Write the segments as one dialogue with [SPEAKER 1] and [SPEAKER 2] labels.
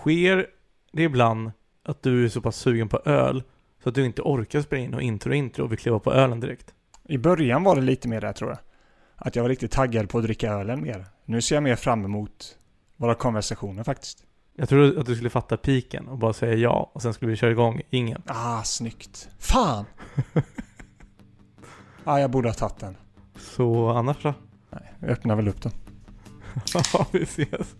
[SPEAKER 1] sker det ibland att du är så pass sugen på öl så att du inte orkar spela in och intro och intro och vill kliva på ölen direkt?
[SPEAKER 2] I början var det lite mer där tror jag. Att jag var riktigt taggad på att dricka ölen mer. Nu ser jag mer fram emot våra konversationer faktiskt.
[SPEAKER 1] Jag tror att du skulle fatta piken och bara säga ja och sen skulle vi köra igång ingen.
[SPEAKER 2] Ah, snyggt. Fan! ah, jag borde ha tagit den.
[SPEAKER 1] Så annars då?
[SPEAKER 2] Nej, jag öppnar väl upp den.
[SPEAKER 1] Ja, vi ses.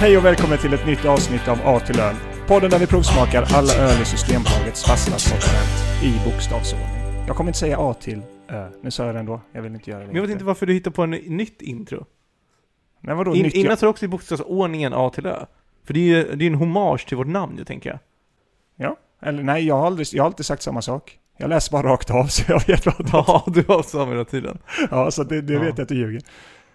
[SPEAKER 2] Hej och välkommen till ett nytt avsnitt av A till öl. Podden där vi provsmakar alla öl i Systembolagets fasta sortiment i bokstavsordning. Jag kommer inte säga A till Ö. Nu sa jag det ändå. Jag vill inte göra det.
[SPEAKER 1] Men jag vet inte varför du hittar på en nytt intro.
[SPEAKER 2] Men vadå
[SPEAKER 1] In,
[SPEAKER 2] nytt?
[SPEAKER 1] innan så är det också i bokstavsordningen A till Ö. För det är ju det är en hommage till vårt namn ju, tänker jag.
[SPEAKER 2] Eller nej, jag har, aldrig, jag har alltid sagt samma sak. Jag läser bara rakt av så jag vet vad
[SPEAKER 1] Ja, du har samma hela tiden.
[SPEAKER 2] Ja, så det, det
[SPEAKER 1] Ja.
[SPEAKER 2] vet jag att du ljuger.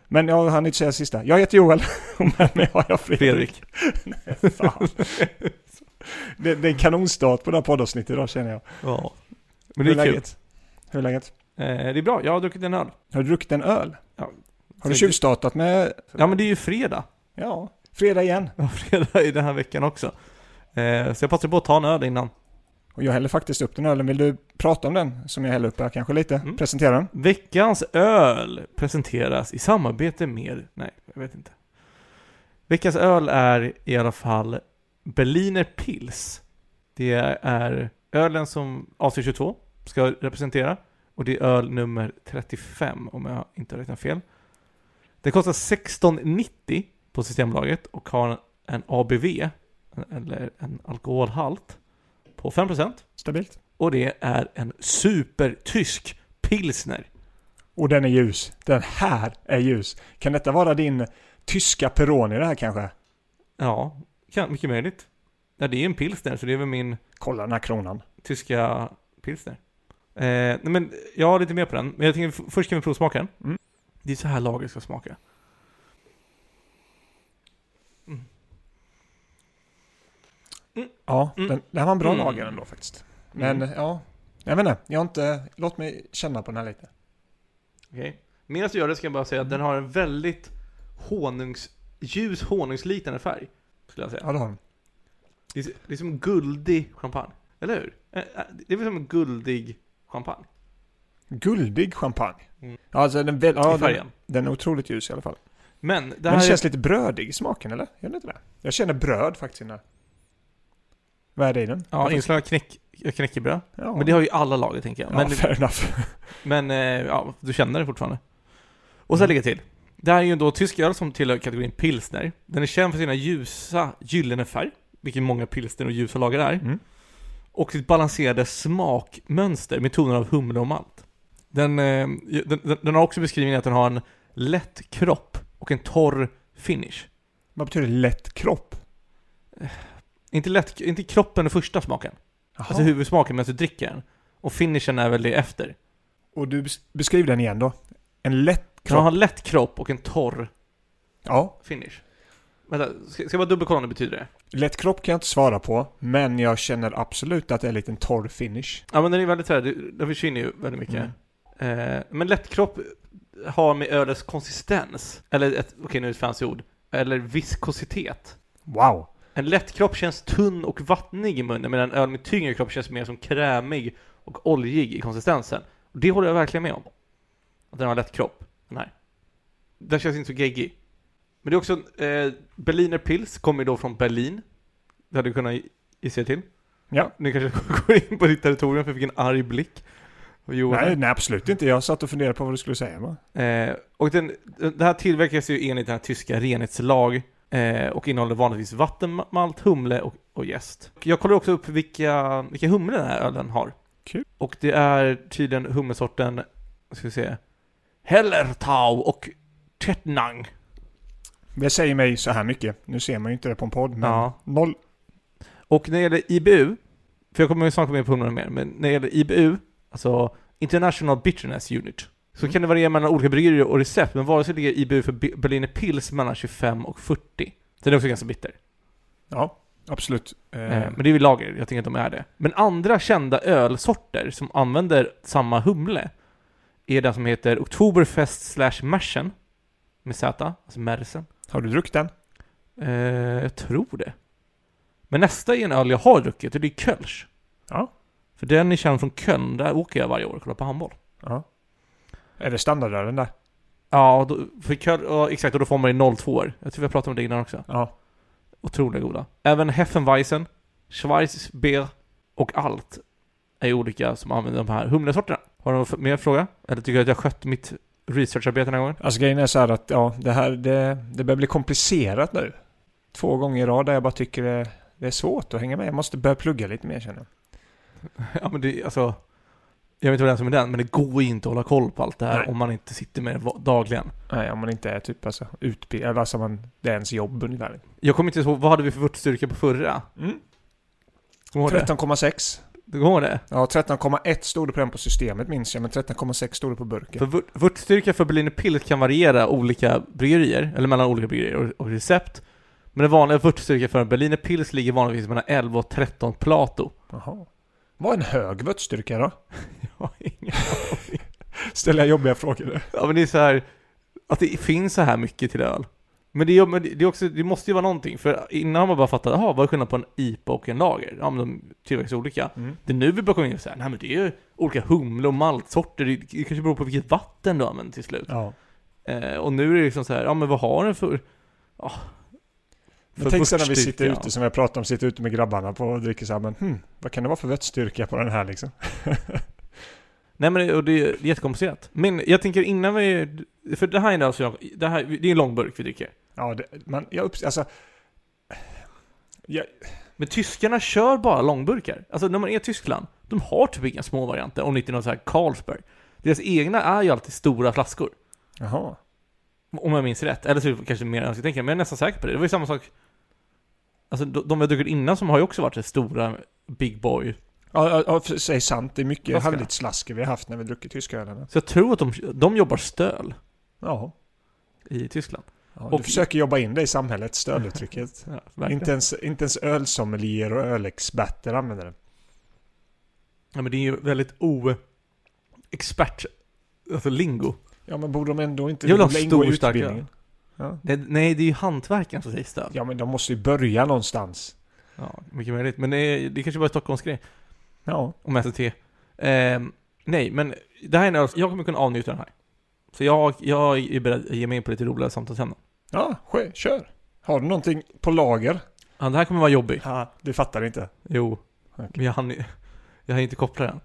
[SPEAKER 2] Men jag hann inte säga sista. Jag heter Joel och med mig har jag Fredrik.
[SPEAKER 1] Fredrik.
[SPEAKER 2] Fan. Det, det är en kanonstart på det här poddavsnittet idag känner jag.
[SPEAKER 1] Ja. Men det är kul.
[SPEAKER 2] läget? Hur är läget?
[SPEAKER 1] Eh, det är bra, jag har druckit en öl.
[SPEAKER 2] Har du druckit en öl?
[SPEAKER 1] Ja.
[SPEAKER 2] Har du tjuvstartat med...
[SPEAKER 1] Ja, men det är ju fredag.
[SPEAKER 2] Ja, fredag igen.
[SPEAKER 1] Ja, fredag i den här veckan också. Eh, så jag passade på att ta en öl innan.
[SPEAKER 2] Och jag häller faktiskt upp den ölen. Vill du prata om den som jag häller upp här kanske lite?
[SPEAKER 1] Mm.
[SPEAKER 2] Presentera den.
[SPEAKER 1] Veckans öl presenteras i samarbete med... Nej, jag vet inte. Veckans öl är i alla fall Berliner Pils. Det är ölen som AC22 ska representera. Och det är öl nummer 35 om jag inte har räknat fel. Det kostar 16,90 på Systembolaget och har en ABV, eller en alkoholhalt, på 5%.
[SPEAKER 2] Stabilt.
[SPEAKER 1] Och det är en supertysk pilsner.
[SPEAKER 2] Och den är ljus. Den här är ljus. Kan detta vara din tyska Peroni det här kanske?
[SPEAKER 1] Ja, kan, mycket möjligt. Ja, det är en pilsner, så det är väl min
[SPEAKER 2] Kolla den här kronan.
[SPEAKER 1] tyska pilsner. Eh, nej, men jag har lite mer på den, men jag tänker f- först kan vi provsmaka den.
[SPEAKER 2] Mm.
[SPEAKER 1] Det är så här lager ska smaka.
[SPEAKER 2] Ja,
[SPEAKER 1] Mm.
[SPEAKER 2] den, det här var en bra
[SPEAKER 1] Mm.
[SPEAKER 2] lager ändå faktiskt. Men ja, jag vet inte. Jag har inte... Låt mig känna på den här lite.
[SPEAKER 1] Okej. Medan du gör det ska jag bara säga att den har en väldigt honungs, ljus honungsliknande färg. Skulle jag säga.
[SPEAKER 2] Ja, det har den.
[SPEAKER 1] Det, är, det är som guldig champagne. Eller hur? Eh, eh, Det är väl som en guldig champagne?
[SPEAKER 2] Guldig champagne.
[SPEAKER 1] Mm.
[SPEAKER 2] Ja, alltså den, väl, ja,
[SPEAKER 1] I
[SPEAKER 2] den,
[SPEAKER 1] färgen.
[SPEAKER 2] den är otroligt ljus i alla fall.
[SPEAKER 1] Men det
[SPEAKER 2] Den
[SPEAKER 1] här
[SPEAKER 2] känns
[SPEAKER 1] är,
[SPEAKER 2] lite brödig i smaken, eller? Gör den inte det? Jag känner bröd faktiskt i den här. Vad är det i den?
[SPEAKER 1] ja, inslag av knäck, knäckebröd.
[SPEAKER 2] Ja,
[SPEAKER 1] Men det har ju alla lager tänker jag.
[SPEAKER 2] ja,
[SPEAKER 1] Men
[SPEAKER 2] fair enough.
[SPEAKER 1] Men eh, ja, du känner det fortfarande. Och
[SPEAKER 2] Mm.
[SPEAKER 1] så lägger jag till. Det här är ju då tysk öl som tillhör kategorin pilsner. Den är känd för sina ljusa gyllene färg, vilket många pilsner och ljusa lager är.
[SPEAKER 2] Mm.
[SPEAKER 1] Och sitt balanserade smakmönster med toner av humle och malt. Den, eh, den, den, den har också beskrivningen att den har en lätt kropp och en torr finish.
[SPEAKER 2] Vad betyder lätt kropp?
[SPEAKER 1] Inte, lätt, inte kroppen är första smaken,
[SPEAKER 2] Jaha.
[SPEAKER 1] alltså huvudsmaken medan du dricker den. Och finishen är väl det efter.
[SPEAKER 2] Och du bes- beskriv den igen då. En lätt
[SPEAKER 1] Den har
[SPEAKER 2] kropp.
[SPEAKER 1] en lätt kropp och en torr
[SPEAKER 2] Ja,
[SPEAKER 1] finish. Vänta, ska, ska jag bara dubbelkolla om det betyder det?
[SPEAKER 2] lätt kropp kan jag inte svara på, men jag känner absolut att det är en liten torr finish.
[SPEAKER 1] Ja men den är väldigt såhär, det- den försvinner ju väldigt mycket. Eh, men lättkropp har med ölets konsistens, eller ett, okej nu är det ett fancy ord, eller viskositet.
[SPEAKER 2] Wow!
[SPEAKER 1] En lättkropp känns tunn och vattnig i munnen medan en öl med tyngre kropp känns mer som krämig och oljig i konsistensen. Och det håller jag verkligen med om. Att den har lätt kropp, den här. Den känns inte så geggig. Men det är också, en, eh, Berliner Pils kommer ju då från Berlin. Det hade du kunnat gissa er till.
[SPEAKER 2] Ja.
[SPEAKER 1] Nu kanske jag går in på ditt territorium för jag fick en arg blick. av Johan.
[SPEAKER 2] Nej, nej, absolut inte. Jag satt och funderade på vad du skulle säga. Va?
[SPEAKER 1] Eh, och den, det här tillverkas ju enligt den här tyska renhetslag eh, och innehåller vanligtvis vattenmalt, humle och, och jäst. Jag kollar också upp vilka, vilka humle den här ölen har.
[SPEAKER 2] Kul.
[SPEAKER 1] Och det är tydligen humlesorten, vad ska vi se, Hellertau och Tettnang.
[SPEAKER 2] Det säger mig så här mycket. Nu ser man ju inte det på en podd, men
[SPEAKER 1] Ja.
[SPEAKER 2] noll...
[SPEAKER 1] Och när det gäller IBU, för jag kommer ju snart komma in på humlen mer, men när det gäller IBU, alltså International Bitterness Unit, så kan det variera mellan olika bryggerier och recept, men vare sig ligger IBU för Be- Berliner Pils mellan 25 och 40. Den är också ganska bitter.
[SPEAKER 2] Ja. Absolut. Eh,
[SPEAKER 1] Eh, Men det är ju lager, jag tänker att de är det. Men andra kända ölsorter som använder samma humle är den som heter Oktoberfest slash Mersen. Med Z, alltså Mersen.
[SPEAKER 2] Har du druckit den?
[SPEAKER 1] Eh, jag tror det. Men nästa är en öl jag har druckit och det är Kölsch.
[SPEAKER 2] Ja.
[SPEAKER 1] För den är känd från Köln, där åker jag varje år och kollar på handboll.
[SPEAKER 2] Ja. Är det standardölen där?
[SPEAKER 1] Ja, då, för Köln, ja, exakt, och då får man ju 02 år. Jag tror vi har pratat om det innan också.
[SPEAKER 2] Ja.
[SPEAKER 1] Otroligt goda. Även Heffenweizen, Schweizbier och allt är ju olika som använder de här humlesorterna. Har du någon f- mer fråga? Eller tycker du att jag skött mitt researcharbete den här gången?
[SPEAKER 2] Alltså grejen är så här att ja, det här det, det börjar bli komplicerat nu. Två gånger i rad där jag bara tycker det, det är svårt att hänga med. Jag måste börja plugga lite mer känner jag.
[SPEAKER 1] Ja, men det, alltså... Jag vet inte vad den som är den, men det går ju inte att hålla koll på allt det här
[SPEAKER 2] Nej.
[SPEAKER 1] om man inte sitter med det va- dagligen.
[SPEAKER 2] Nej, om man inte är typ alltså utbildad, eller alltså man, det är ens jobb ungefär.
[SPEAKER 1] Jag kommer inte ihåg, vad hade vi för vörtstyrka på förra?
[SPEAKER 2] Mm.
[SPEAKER 1] Kommer du ihåg det?
[SPEAKER 2] 13,6.
[SPEAKER 1] Du kommer ihåg det?
[SPEAKER 2] Ja, 13,1 stod det på den på systemet minns jag, men 13,6 stod det på burken.
[SPEAKER 1] För vört- vörtstyrka för Berliner Pilz kan variera olika bryggerier, eller mellan olika bryggerier och, och recept. Men den vanliga vörtstyrkan för en Berliner Pilz ligger vanligtvis mellan 11 och 13 Plato.
[SPEAKER 2] Jaha. Vad är en hög vöttstyrka då?
[SPEAKER 1] Jag har ingen-
[SPEAKER 2] Ställer jag jobbiga frågor?
[SPEAKER 1] ja men det är så här, att det finns så här mycket till öl. Men det, är- men det, är också, det måste ju vara någonting, för innan har man bara fattat, jaha, vad är skillnaden på en IPA och en lager? Ja men de tillverkas olika.
[SPEAKER 2] Mm.
[SPEAKER 1] Det är nu vi börjar komma in och säga, nej men det är ju olika humle och maltsorter, det, det kanske beror på vilket vatten du använder till slut.
[SPEAKER 2] Ja.
[SPEAKER 1] Eh, och nu är det liksom så här, ja men vad har den för... Ja,
[SPEAKER 2] Men tänk sen när vi
[SPEAKER 1] vörtstyrka,
[SPEAKER 2] sitter
[SPEAKER 1] ja.
[SPEAKER 2] ute, som vi har pratat om, sitter ute med grabbarna på och dricker så här, men hmm, vad kan det vara för vöttstyrka på den här liksom?
[SPEAKER 1] Nej men det, och det är jättekomplicerat. Men jag tänker innan vi... För det här är en öl som jag... Det, här, det är en lång burk vi dricker.
[SPEAKER 2] Ja, det, man, jag upps- alltså, jag,
[SPEAKER 1] Men tyskarna kör bara långburkar. Alltså när man är i Tyskland, de har typ inga små varianter om det inte är någon så här Carlsberg. Deras egna är ju alltid stora flaskor.
[SPEAKER 2] jaha.
[SPEAKER 1] Om jag minns rätt. Eller så är det kanske mer än jag ska tänka, men jag är nästan säker på det. Det var ju samma sak... Alltså de de vi har druckit innan som har ju också varit så här stora Big Boy.
[SPEAKER 2] Ja, ja, ja, för- säg sant. Det är mycket
[SPEAKER 1] Flaska.
[SPEAKER 2] hallitslasker vi har haft när vi druckit tyska ölen.
[SPEAKER 1] Så jag tror att de, de jobbar stöl
[SPEAKER 2] Ja.
[SPEAKER 1] i Tyskland.
[SPEAKER 2] ja du
[SPEAKER 1] Och-
[SPEAKER 2] försöker jobba in dig i samhället, stöduttrycket.
[SPEAKER 1] Ja, verkligen.
[SPEAKER 2] inte, ens, inte ens ölsommelier och ölexperter använder det.
[SPEAKER 1] Ja men det är ju väldigt o... Expert... Alltså lingo.
[SPEAKER 2] Ja, men borde de ändå inte
[SPEAKER 1] Jag vill ha
[SPEAKER 2] borde
[SPEAKER 1] stor
[SPEAKER 2] ingå i
[SPEAKER 1] stark
[SPEAKER 2] utbildningen? Ja.
[SPEAKER 1] Det, nej, det är ju hantverken som säger stöl. Ja.
[SPEAKER 2] ja, men de måste ju börja någonstans.
[SPEAKER 1] mycket möjligt. Men det, är, det kanske bara är Stockholmsgrej.
[SPEAKER 2] Ja.
[SPEAKER 1] Om SVT. Ehm, nej, men det här är en öl, jag kommer kunna avnjuta den här. Så jag, jag är beredd att ge mig in på lite roliga samtalsämnen.
[SPEAKER 2] Ja, ske, kör. Har du någonting på lager?
[SPEAKER 1] Ja, det här kommer vara jobbigt.
[SPEAKER 2] Ha, du fattar inte.
[SPEAKER 1] Jo.
[SPEAKER 2] Okej.
[SPEAKER 1] Men jag hann, jag hann inte koppla den.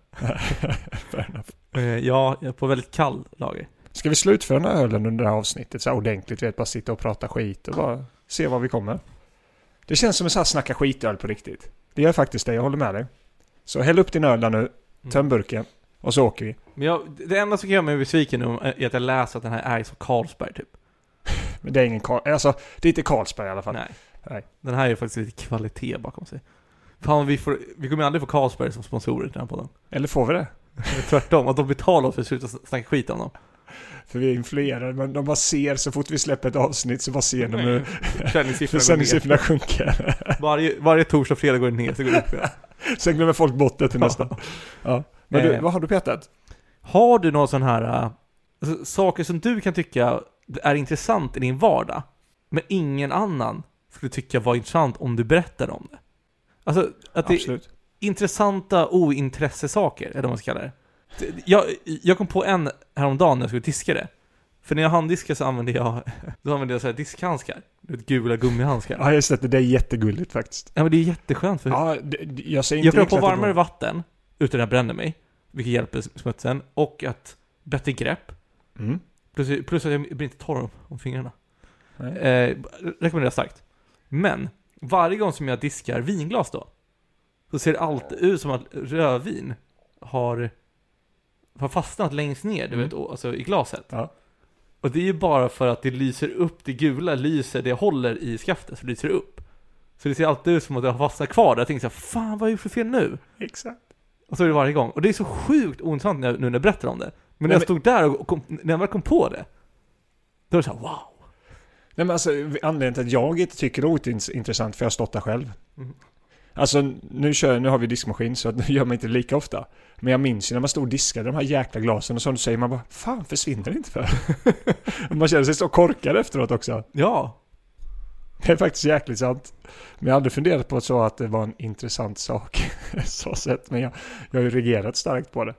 [SPEAKER 2] Fair enough.
[SPEAKER 1] Eh, ja, jag är på väldigt kall lager.
[SPEAKER 2] Ska vi slutföra den här ölen under det här avsnittet så här ordentligt? Vet, bara sitta och prata skit och bara se var vi kommer. Det känns som en sån här snacka skitöl på riktigt. Det gör faktiskt det, jag håller med dig. Så häll upp din öl där nu, töm burken och så åker vi.
[SPEAKER 1] Mm. Men jag, det enda som gör mig besviken nu är att jag läser att den här är som Carlsberg typ.
[SPEAKER 2] Men det är ingen Karl... Alltså, det är inte Carlsberg i alla fall.
[SPEAKER 1] Nej.
[SPEAKER 2] Nej.
[SPEAKER 1] Den här är faktiskt lite kvalitet bakom sig. Fan, vi, får, vi kommer ju aldrig få Carlsberg som sponsorer till den här podden.
[SPEAKER 2] Eller får vi det?
[SPEAKER 1] Tvärtom, att de betalar oss för att sluta snacka skit om dem.
[SPEAKER 2] För vi är influerade, men de bara ser så fort vi släpper ett avsnitt så bara ser de hur
[SPEAKER 1] Försäljningssiffrorna går ner.
[SPEAKER 2] försäljningssiffrorna sjunker.
[SPEAKER 1] Varje, varje torsdag och fredag går det ner, så går det upp igen.
[SPEAKER 2] Sen glömmer folk bort det till nästa. Ja. Men du,
[SPEAKER 1] Eh.
[SPEAKER 2] vad har du petat?
[SPEAKER 1] Har du någon sån här, äh, alltså, saker som du kan tycka är intressant i din vardag, men ingen annan skulle tycka var intressant om du berättar om det? Alltså, att det är
[SPEAKER 2] Absolut.
[SPEAKER 1] intressanta ointressesaker, eller vad man ska kalla det. Det- Jag, jag kom på en häromdagen när jag skulle diska det. För när jag handdiskar så använde jag, då använde jag så här diskhandskar. Du vet, gula gummihandskar.
[SPEAKER 2] Ja, just det. Det är jättegulligt faktiskt.
[SPEAKER 1] Ja men det är jätteskönt för
[SPEAKER 2] Ja, det- det- jag säger
[SPEAKER 1] Mm. Jag
[SPEAKER 2] inte
[SPEAKER 1] kan ha på
[SPEAKER 2] riktigt att det
[SPEAKER 1] varmare vatten utan att bränna mig, vilket hjälper smutsen, och att bättre grepp,
[SPEAKER 2] går- Mm.
[SPEAKER 1] plus, plus att jag blir inte torr om, om fingrarna.
[SPEAKER 2] Nej.
[SPEAKER 1] Eh, rekommenderar starkt. Men, varje gång som jag diskar vinglas då, så ser det alltid ut som att rödvin har, har fastnat längst ner, du
[SPEAKER 2] Mm.
[SPEAKER 1] vet, och- alltså i glaset.
[SPEAKER 2] Ja.
[SPEAKER 1] Och det är ju bara för att det lyser upp, det gula lyser, det jag håller i skaftet, så lyser det upp. Så det ser alltid ut som att det har fastnat kvar där, jag tänker så här, fan vad har jag gjort för fel nu?
[SPEAKER 2] Exakt.
[SPEAKER 1] Och så är det varje gång. Och det är så sjukt ointressant när jag, nu när jag berättar om det. Men
[SPEAKER 2] Nej,
[SPEAKER 1] när jag
[SPEAKER 2] men-
[SPEAKER 1] stod där och kom, när jag väl kom på det, då var det såhär wow.
[SPEAKER 2] Nej, men alltså, anledningen till att jag inte tycker det är ointressant, för jag har stått där själv.
[SPEAKER 1] Mm.
[SPEAKER 2] Alltså nu, kör, nu har vi diskmaskin så att nu gör man inte lika ofta. Men jag minns ju när man stod och diskade de här jäkla glasen och som du säger, man bara Fan försvinner det inte för? man känner sig så korkad efteråt också.
[SPEAKER 1] Ja.
[SPEAKER 2] Det är faktiskt jäkligt sant. Men jag hade funderat på så att det var en intressant sak. så sett, men jag, jag har ju reagerat starkt på det.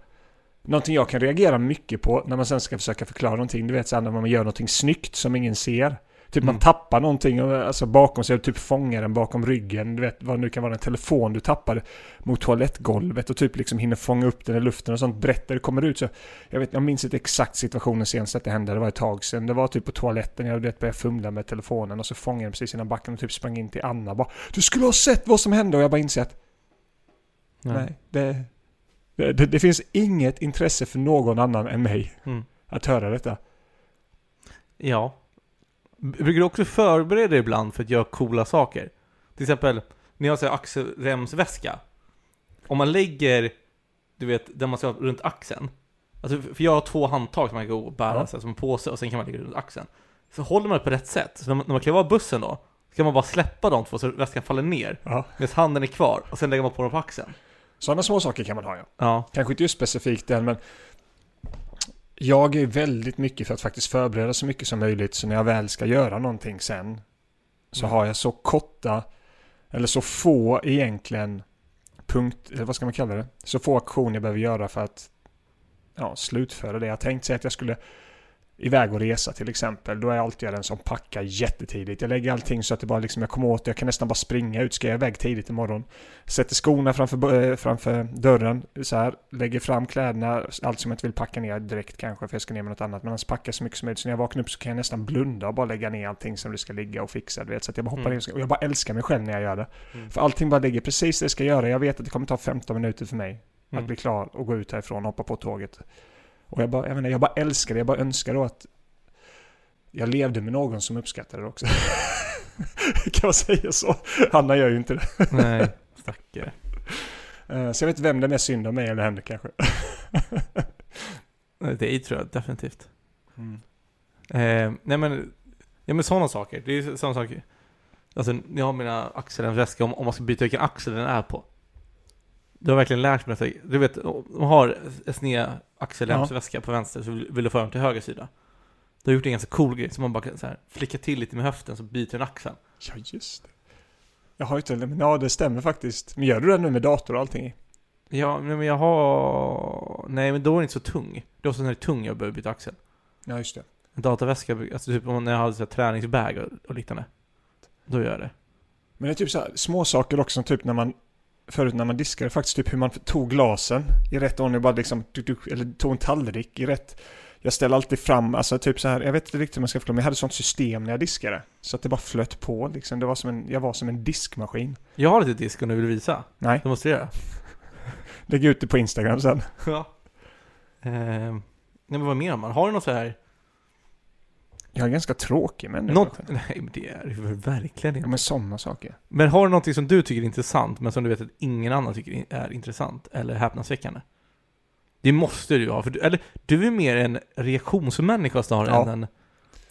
[SPEAKER 2] Någonting jag kan reagera mycket på när man sen ska försöka förklara någonting, du vet så här, när man gör någonting snyggt som ingen ser. Typ man
[SPEAKER 1] Mm.
[SPEAKER 2] tappar någonting och, alltså, bakom sig och typ fångar den bakom ryggen. Du vet vad det nu kan vara, en telefon du tappar mot toalettgolvet och typ liksom hinner fånga upp den i luften och sånt brett där det kommer ut. Så jag, vet, jag minns inte exakt situationen senast att det hände, det var ett tag sedan. Det var typ på toaletten, jag du vet, började fumla med telefonen och så fångade den precis innan backen och typ sprang in till Anna och bara Du skulle ha sett vad som hände! Och jag bara inser att nej, det, det, det, det finns inget intresse för någon annan än mig
[SPEAKER 1] Mm.
[SPEAKER 2] att höra detta.
[SPEAKER 1] Ja. B- Brukar du också förbereda dig ibland för att göra coola saker? Till exempel, när jag säger axelremsväska. Om man lägger, du vet, den man ska ha runt axeln. Alltså, för jag har två handtag som man kan gå och bära
[SPEAKER 2] Ja.
[SPEAKER 1] så här, som en påse och sen kan man lägga runt axeln. Så håller man det på rätt sätt. Så när man, när man kliver av bussen då, ska man bara släppa de två så väskan faller ner.
[SPEAKER 2] Ja.
[SPEAKER 1] Medan handen är kvar och sen lägger man på dem på axeln.
[SPEAKER 2] Sådana små saker kan man ha ja.
[SPEAKER 1] Ja.
[SPEAKER 2] Kanske inte just specifikt den, men jag är väldigt mycket för att faktiskt förbereda så mycket som möjligt. Så när jag väl ska göra någonting sen så
[SPEAKER 1] Mm.
[SPEAKER 2] har jag så korta, eller så få egentligen punkt, eller vad ska man kalla det? Så få aktioner jag behöver göra för att ja, slutföra det. Jag tänkte säga att jag skulle iväg och resa till exempel. Då är jag alltid den som packar jättetidigt. Jag lägger allting så att det bara liksom, jag kommer åt det. Jag kan nästan bara springa ut. Ska jag iväg tidigt imorgon? Sätter skorna framför, eh, framför dörren så här. Lägger fram kläderna, allt som jag inte vill packa ner direkt kanske för jag ska ner med något annat. Men annars packar jag så mycket som möjligt. Så när jag vaknar upp så kan jag nästan blunda och bara lägga ner allting som det ska ligga och fixa. Du vet. Så att jag bara hoppar
[SPEAKER 1] Mm.
[SPEAKER 2] in och ska- och jag bara älskar mig själv när jag gör det.
[SPEAKER 1] Mm.
[SPEAKER 2] För allting bara ligger precis där det ska göra. Jag vet att det kommer ta 15 minuter för mig
[SPEAKER 1] Mm.
[SPEAKER 2] att bli klar och gå ut härifrån och hoppa på tåget. Och jag bara, jag, menar, jag bara älskar det. Jag bara önskar då att jag levde med någon som uppskattade det också. kan man säga så? Hanna gör ju inte det.
[SPEAKER 1] Nej, stackare.
[SPEAKER 2] Eh, Så jag vet inte vem det är mest synd om mig eller henne kanske.
[SPEAKER 1] Nej, Det är tror jag definitivt.
[SPEAKER 2] Mm.
[SPEAKER 1] Eh, nej men, ja men sådana saker. Det är ju sådana saker. Alltså, jag har mina axlar i en väska om, om man ska byta vilken axel den är på. Du har verkligen lärt mig att, du vet, om man har en sned axelremsväska på vänster så vill vill du föra den till höger sida. Du har gjort en ganska cool grej, så man bara kan så här, flicka till lite med höften så byter den axeln.
[SPEAKER 2] Ja, just det. Jag har ju inte, men ja det stämmer faktiskt. Men gör du det nu med dator och allting? i?
[SPEAKER 1] Ja, nej, men jag har... Nej, men då är den inte så tung. Det är också när det är tung jag behöver byta axel.
[SPEAKER 2] Ja, just det.
[SPEAKER 1] En dataväska, alltså typ om när jag hade så här, träningsbag och, och liknande. Då gör jag det.
[SPEAKER 2] Men det är typ så här, små saker också, som typ när man förut när man diskade faktiskt, typ hur man tog glasen i rätt ordning, och bara liksom, tuk, tuk, eller tog en tallrik i rätt. Jag ställer alltid fram, alltså typ så här, jag vet inte riktigt hur man ska förklara, men jag hade sånt system när jag diskade. Så att det bara flöt på liksom, det var som en, jag var som en diskmaskin.
[SPEAKER 1] Jag har lite disk om du vill visa.
[SPEAKER 2] Nej,
[SPEAKER 1] Demonstrera.
[SPEAKER 2] lägg ut det på Instagram sen.
[SPEAKER 1] Ja. Eh, nej men vad mer har man? Har du något så här?
[SPEAKER 2] Jag är ganska tråkig men
[SPEAKER 1] Något, nej men det är ju verkligen
[SPEAKER 2] Ja
[SPEAKER 1] inte.
[SPEAKER 2] men sådana saker.
[SPEAKER 1] Men har du någonting som du tycker är intressant men som du vet att ingen annan tycker in- är intressant eller häpnadsväckande? Det måste du ha, för du, eller du är mer en reaktionsmänniska snarare
[SPEAKER 2] Ja.
[SPEAKER 1] än en...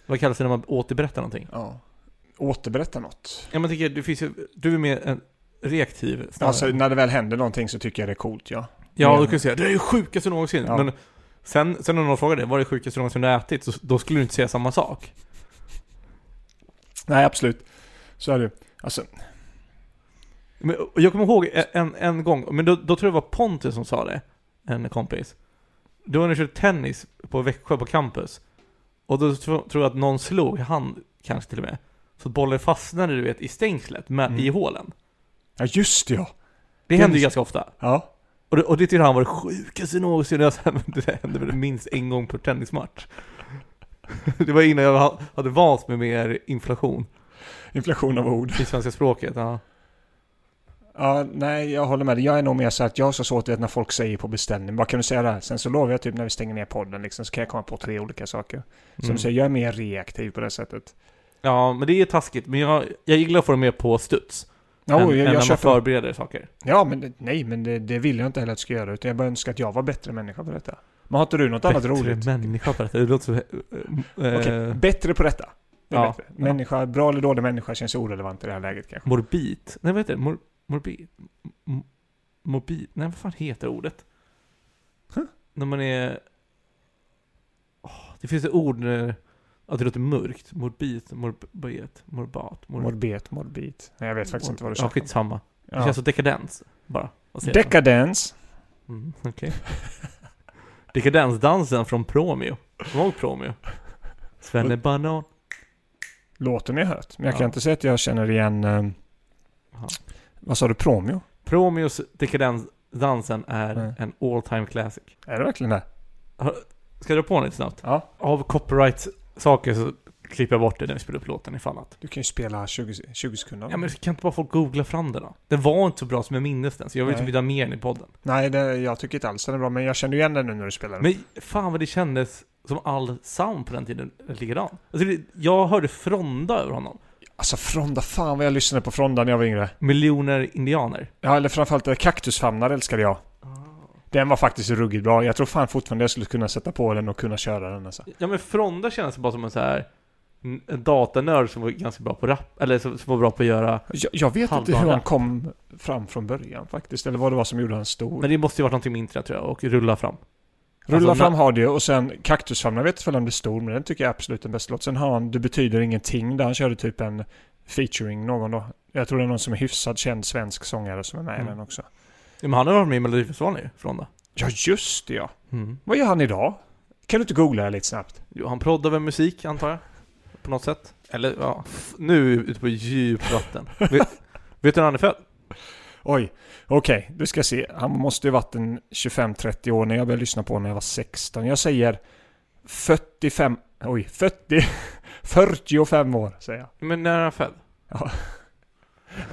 [SPEAKER 1] Vad kallas det när man återberättar någonting?
[SPEAKER 2] Ja. Återberätta något.
[SPEAKER 1] Ja men jag tycker, du, finns, ju- du är mer en reaktiv snarare.
[SPEAKER 2] Alltså när det väl händer någonting så tycker jag det är coolt ja.
[SPEAKER 1] ja,
[SPEAKER 2] mer-
[SPEAKER 1] du kan ju säga det är det sjukaste någonsin.
[SPEAKER 2] Ja.
[SPEAKER 1] Men sen, sen när någon frågar dig, vad är det sjukaste någonsin du har ätit? Så, då skulle du inte säga samma sak.
[SPEAKER 2] Nej absolut. Så är det Alltså,
[SPEAKER 1] Men, och jag kommer ihåg en, en gång, men då, då tror jag det var Pontus som sa det, en kompis. Då när jag körde tennis på Växjö på campus, och då tro, tror jag att någon slog, han kanske till och med, så bollen fastnade du vet i stängslet med,
[SPEAKER 2] Mm.
[SPEAKER 1] i hålen.
[SPEAKER 2] ja just det, ja.
[SPEAKER 1] Det
[SPEAKER 2] Det
[SPEAKER 1] händer ju
[SPEAKER 2] är-
[SPEAKER 1] ganska ofta.
[SPEAKER 2] Ja.
[SPEAKER 1] Och det, och det tyckte han var det sjukaste någonsin, Och jag sa, "Men det hände väl minst en gång per tennismatch. Det var innan jag ha- hade vant mig med inflation
[SPEAKER 2] Inflation av ord.
[SPEAKER 1] i svenska språket. Ja.
[SPEAKER 2] Ja, nej, jag håller med dig. Jag är nog mer så att jag har så svårt vet, när folk säger på beställning. Vad kan du säga där? Sen så lovar jag typ när vi stänger ner podden liksom, så kan jag komma på tre olika saker. Som
[SPEAKER 1] Mm.
[SPEAKER 2] du säger, jag är mer reaktiv på det sättet.
[SPEAKER 1] ja, men det är taskigt. Men jag, jag gillar att få det med på studs.
[SPEAKER 2] Ja,
[SPEAKER 1] än,
[SPEAKER 2] jag,
[SPEAKER 1] än när
[SPEAKER 2] jag
[SPEAKER 1] man
[SPEAKER 2] köper.
[SPEAKER 1] förbereder saker.
[SPEAKER 2] Ja, men det- nej, men det, det vill jag inte heller att du ska göra. Utan jag bara önskar att jag var bättre människa på detta. Men har inte du något annat roligt?
[SPEAKER 1] människa på detta. Det låter så... eh, eh,
[SPEAKER 2] Okej, bättre på detta. Det är
[SPEAKER 1] Ja.
[SPEAKER 2] bättre. Människa, bra eller dålig människa känns orelevant i det här läget kanske.
[SPEAKER 1] Morbid? Nej, vad heter det? Mor, morbid? M- morbid? Nej, vad fan heter ordet?
[SPEAKER 2] Huh?
[SPEAKER 1] När man är... Åh, det finns ett ord när... Ja, det låter mörkt. Morbid, morbid, morbat, mor...
[SPEAKER 2] Morbet, morbit. Nej, jag vet faktiskt inte vad du
[SPEAKER 1] Ja,
[SPEAKER 2] sa.
[SPEAKER 1] skitsamma. Det
[SPEAKER 2] Ja.
[SPEAKER 1] känns som dekadens, bara. att säga det.
[SPEAKER 2] Dekadens.
[SPEAKER 1] Mm, okej. Dekadensdansen från Promio. Kommer du ihåg Promio? Svennebanan.
[SPEAKER 2] Låten har jag hört, men jag kan
[SPEAKER 1] Ja.
[SPEAKER 2] inte säga att jag känner igen... ehm,
[SPEAKER 1] Jaha.
[SPEAKER 2] vad sa du? Promio?
[SPEAKER 1] Promios dekadensdansen är
[SPEAKER 2] Mm.
[SPEAKER 1] en all time classic.
[SPEAKER 2] Är det verkligen det?
[SPEAKER 1] Har- Ska du dra på den lite snabbt?
[SPEAKER 2] Ja.
[SPEAKER 1] Av copyright-saker så klipper jag bort det när vi spelar upp låten ifall att.
[SPEAKER 2] Du kan ju spela 20, 20 sekunder.
[SPEAKER 1] Ja men kan inte bara folk googla fram den då? Den var inte så bra som jag minns den, så jag vill liksom
[SPEAKER 2] Nej.
[SPEAKER 1] inte bjuda med den i podden.
[SPEAKER 2] Nej, det, jag tycker inte alls den är bra, men jag känner igen den nu när du spelar den.
[SPEAKER 1] Men fan vad det kändes som all sound på den tiden är likadan. Alltså, det- jag hörde Fronda över honom.
[SPEAKER 2] Alltså Fronda, fan vad jag lyssnade på Fronda när jag var yngre.
[SPEAKER 1] Miljoner indianer.
[SPEAKER 2] Ja, eller framförallt eh, Kaktusfamnar älskade jag. Den var faktiskt ruggigt bra. Jag tror fan fortfarande jag skulle kunna sätta på den och kunna köra den alltså.
[SPEAKER 1] Ja men Fronda kändes bara som en så här en datanörd som var ganska bra på rap, eller som, som var bra på att göra
[SPEAKER 2] Jag, jag vet inte hur
[SPEAKER 1] Halvdana.
[SPEAKER 2] han kom fram från början faktiskt, eller vad det var som gjorde han stor.
[SPEAKER 1] Men det måste ju varit någonting med internet tror jag, och rulla fram.
[SPEAKER 2] Rulla
[SPEAKER 1] alltså,
[SPEAKER 2] fram har det och sen Kaktusfamnar vet väl om det är stor, men den tycker jag är absolut den bästa låt. Sen har han Du betyder ingenting, där han körde typ en featuring någon då. Jag tror det är någon som är hyfsad känd svensk sångare som är med i
[SPEAKER 1] Mm.
[SPEAKER 2] den också.
[SPEAKER 1] Ja, men han har varit med i Melodifestivalen ju, Fronda.
[SPEAKER 2] Ja, just det ja.
[SPEAKER 1] Mm.
[SPEAKER 2] Vad gör han idag? Kan du inte googla det lite snabbt?
[SPEAKER 1] Jo, han proddar väl musik, antar jag? På något sätt? Eller ja, f- nu är vi ute på djupt vatten. vet, vet du när han är född?
[SPEAKER 2] Oj, okej, du ska se. Han måste ju varit en 25-30 år när jag började lyssna på honom när jag var 16. Jag säger 45, oj, 40, 45 år säger jag.
[SPEAKER 1] Men när är han född?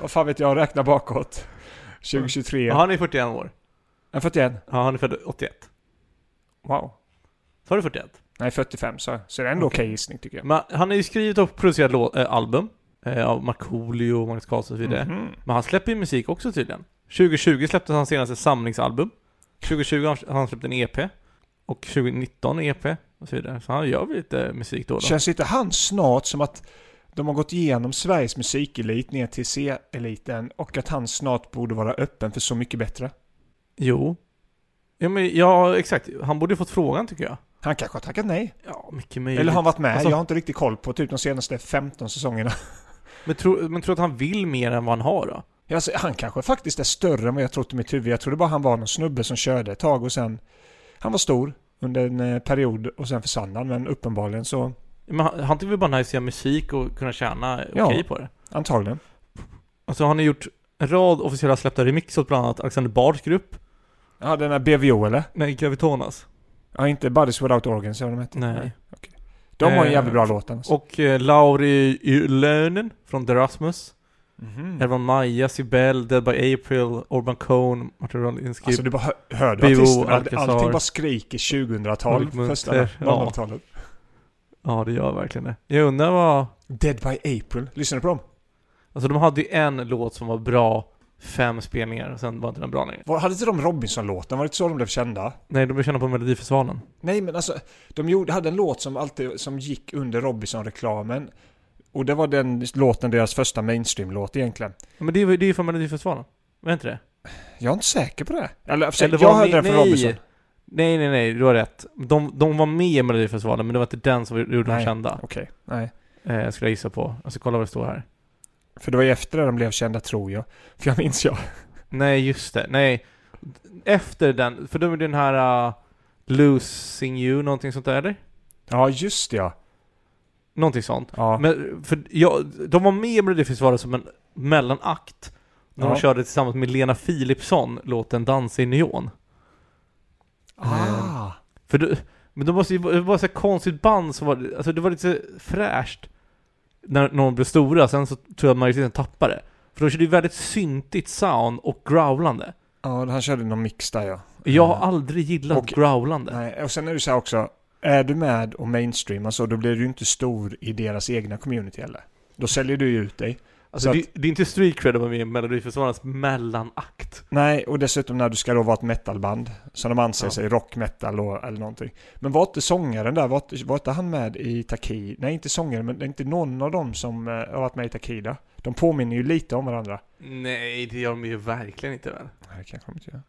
[SPEAKER 2] Vad fan vet jag, räkna bakåt. 2023,
[SPEAKER 1] Ja, han är 41 år.
[SPEAKER 2] nej 41,
[SPEAKER 1] Ja, han är född 81.
[SPEAKER 2] wow.
[SPEAKER 1] Så har du 41?
[SPEAKER 2] Nej 45 så, så är det ändå okej
[SPEAKER 1] Okej.
[SPEAKER 2] gissning tycker jag.
[SPEAKER 1] Men han har ju skrivit och producerat lå- äh, album eh, av Markoolio, Magnus Carlsson och så vidare.
[SPEAKER 2] Mhm.
[SPEAKER 1] Men han släpper ju musik också tydligen. 2020 släppte han senaste samlingsalbum. 2020 har han släppt en EP. Och 2019 en EP. Och så vidare. Så han gör väl lite musik då och då.
[SPEAKER 2] Känns inte han snart som att de har gått igenom Sveriges musikelit ner till C-eliten och att han snart borde vara öppen för så mycket bättre?
[SPEAKER 1] Jo. Ja, men, ja, exakt. Han borde ju fått frågan tycker jag.
[SPEAKER 2] Han kanske har tackat nej.
[SPEAKER 1] Ja, mycket möjligt.
[SPEAKER 2] Eller har han varit med?
[SPEAKER 1] Alltså-
[SPEAKER 2] jag har inte riktigt koll på typ de senaste 15 säsongerna.
[SPEAKER 1] Men tror men tro att han vill mer än vad han har då?
[SPEAKER 2] Alltså, han kanske faktiskt är större än vad jag trodde i mitt huvud. Jag trodde bara han var någon snubbe som körde ett tag och sen... Han var stor under en eh, period och sen försvann han, men uppenbarligen så...
[SPEAKER 1] Men han, han tycker väl bara nice att göra musik och kunna tjäna okej
[SPEAKER 2] Ja.
[SPEAKER 1] på det.
[SPEAKER 2] Antagligen.
[SPEAKER 1] Alltså han har gjort en rad officiella släppta remixer åt bland annat Alexander Bards grupp.
[SPEAKER 2] Ja, den här BVO eller?
[SPEAKER 1] Nej, Gravitonas.
[SPEAKER 2] Ja, inte Buddies Without Organs, eller vad de hette.
[SPEAKER 1] Nej.
[SPEAKER 2] De har en
[SPEAKER 1] Eh,
[SPEAKER 2] jävligt bra låt alltså.
[SPEAKER 1] Och eh, Lauri Ylönen från The Rasmus.
[SPEAKER 2] Mhm.
[SPEAKER 1] Elvan Maja, Sibel, Dead by April, Orban Cohn, Martin Rolinski.
[SPEAKER 2] Alltså du bara hör, hör du
[SPEAKER 1] BVO,
[SPEAKER 2] artisterna.
[SPEAKER 1] Alcazar.
[SPEAKER 2] Allting bara skriker 2000-tal,
[SPEAKER 1] Ulrik Munther,
[SPEAKER 2] första
[SPEAKER 1] ja.
[SPEAKER 2] 00-talet.
[SPEAKER 1] Ja, det gör verkligen det. Jag undrar vad...
[SPEAKER 2] Dead by April, lyssnar du på dem?
[SPEAKER 1] Alltså de hade ju en låt som var bra, fem spelningar, och sen var inte den bra längre.
[SPEAKER 2] Var, hade inte de Robinson-låten? Var det inte så de blev kända?
[SPEAKER 1] Nej, de blev kända på Melodifestivalen.
[SPEAKER 2] Nej men alltså, de gjorde, hade en låt som alltid som gick under Robinson-reklamen. Och det var den låten, deras första mainstream-låt egentligen.
[SPEAKER 1] Men det är ju det är ju från Melodifestivalen. Var det inte det?
[SPEAKER 2] Jag är inte säker på det. Eller, alltså,
[SPEAKER 1] Eller
[SPEAKER 2] jag
[SPEAKER 1] var
[SPEAKER 2] hörde
[SPEAKER 1] ni-
[SPEAKER 2] den från
[SPEAKER 1] nej.
[SPEAKER 2] Robinson.
[SPEAKER 1] Nej, nej, nej, du har rätt. De, de var med i Melodifestivalen, men det var inte den som gjorde dem
[SPEAKER 2] Nej.
[SPEAKER 1] kända.
[SPEAKER 2] Okej, nej.
[SPEAKER 1] Eh, skulle jag gissa på. Jag ska kolla vad det står här.
[SPEAKER 2] För det var ju efter de blev kända tror jag. För jag minns jag.
[SPEAKER 1] Nej, just det. Nej. Efter den, för då var det den här uh, Losing You, någonting sånt där, eller?
[SPEAKER 2] Ja, just det ja.
[SPEAKER 1] Någonting sånt.
[SPEAKER 2] ja.
[SPEAKER 1] Men, för ja, de var med i Melodifestivalen som en mellanakt. När
[SPEAKER 2] Ja.
[SPEAKER 1] de körde tillsammans med Lena Philipsson låten Dansa i neon.
[SPEAKER 2] ah.
[SPEAKER 1] För du, men de måste ju, det var ett så här konstigt band som var, alltså det var lite fräscht när, när de blev stora, sen så tror jag majoriteten tappade det. För de körde ju väldigt syntigt sound och growlande.
[SPEAKER 2] Ja, han körde någon mix där ja.
[SPEAKER 1] Jag har
[SPEAKER 2] Mm.
[SPEAKER 1] aldrig gillat
[SPEAKER 2] Och-
[SPEAKER 1] growlande.
[SPEAKER 2] Nej, och sen är det så här också. Är du med och mainstreamar så, då blir du ju inte stor i deras egna community heller. Då säljer du ju ut dig.
[SPEAKER 1] Alltså,
[SPEAKER 2] Så
[SPEAKER 1] det, det är inte street cred att vara med i Melodifestivalens mellanakt.
[SPEAKER 2] Nej, och dessutom när du ska då vara ett metalband. Så de anser
[SPEAKER 1] Ja.
[SPEAKER 2] sig rock, metal och, eller någonting. Men var inte sångaren där, var inte, var inte han med i Takida? Nej, inte sångaren, men det är inte någon av dem som eh, har varit med i Takida. De påminner ju lite om varandra.
[SPEAKER 1] Nej, det gör de ju verkligen inte väl?
[SPEAKER 2] Nej, det kanske de inte gör.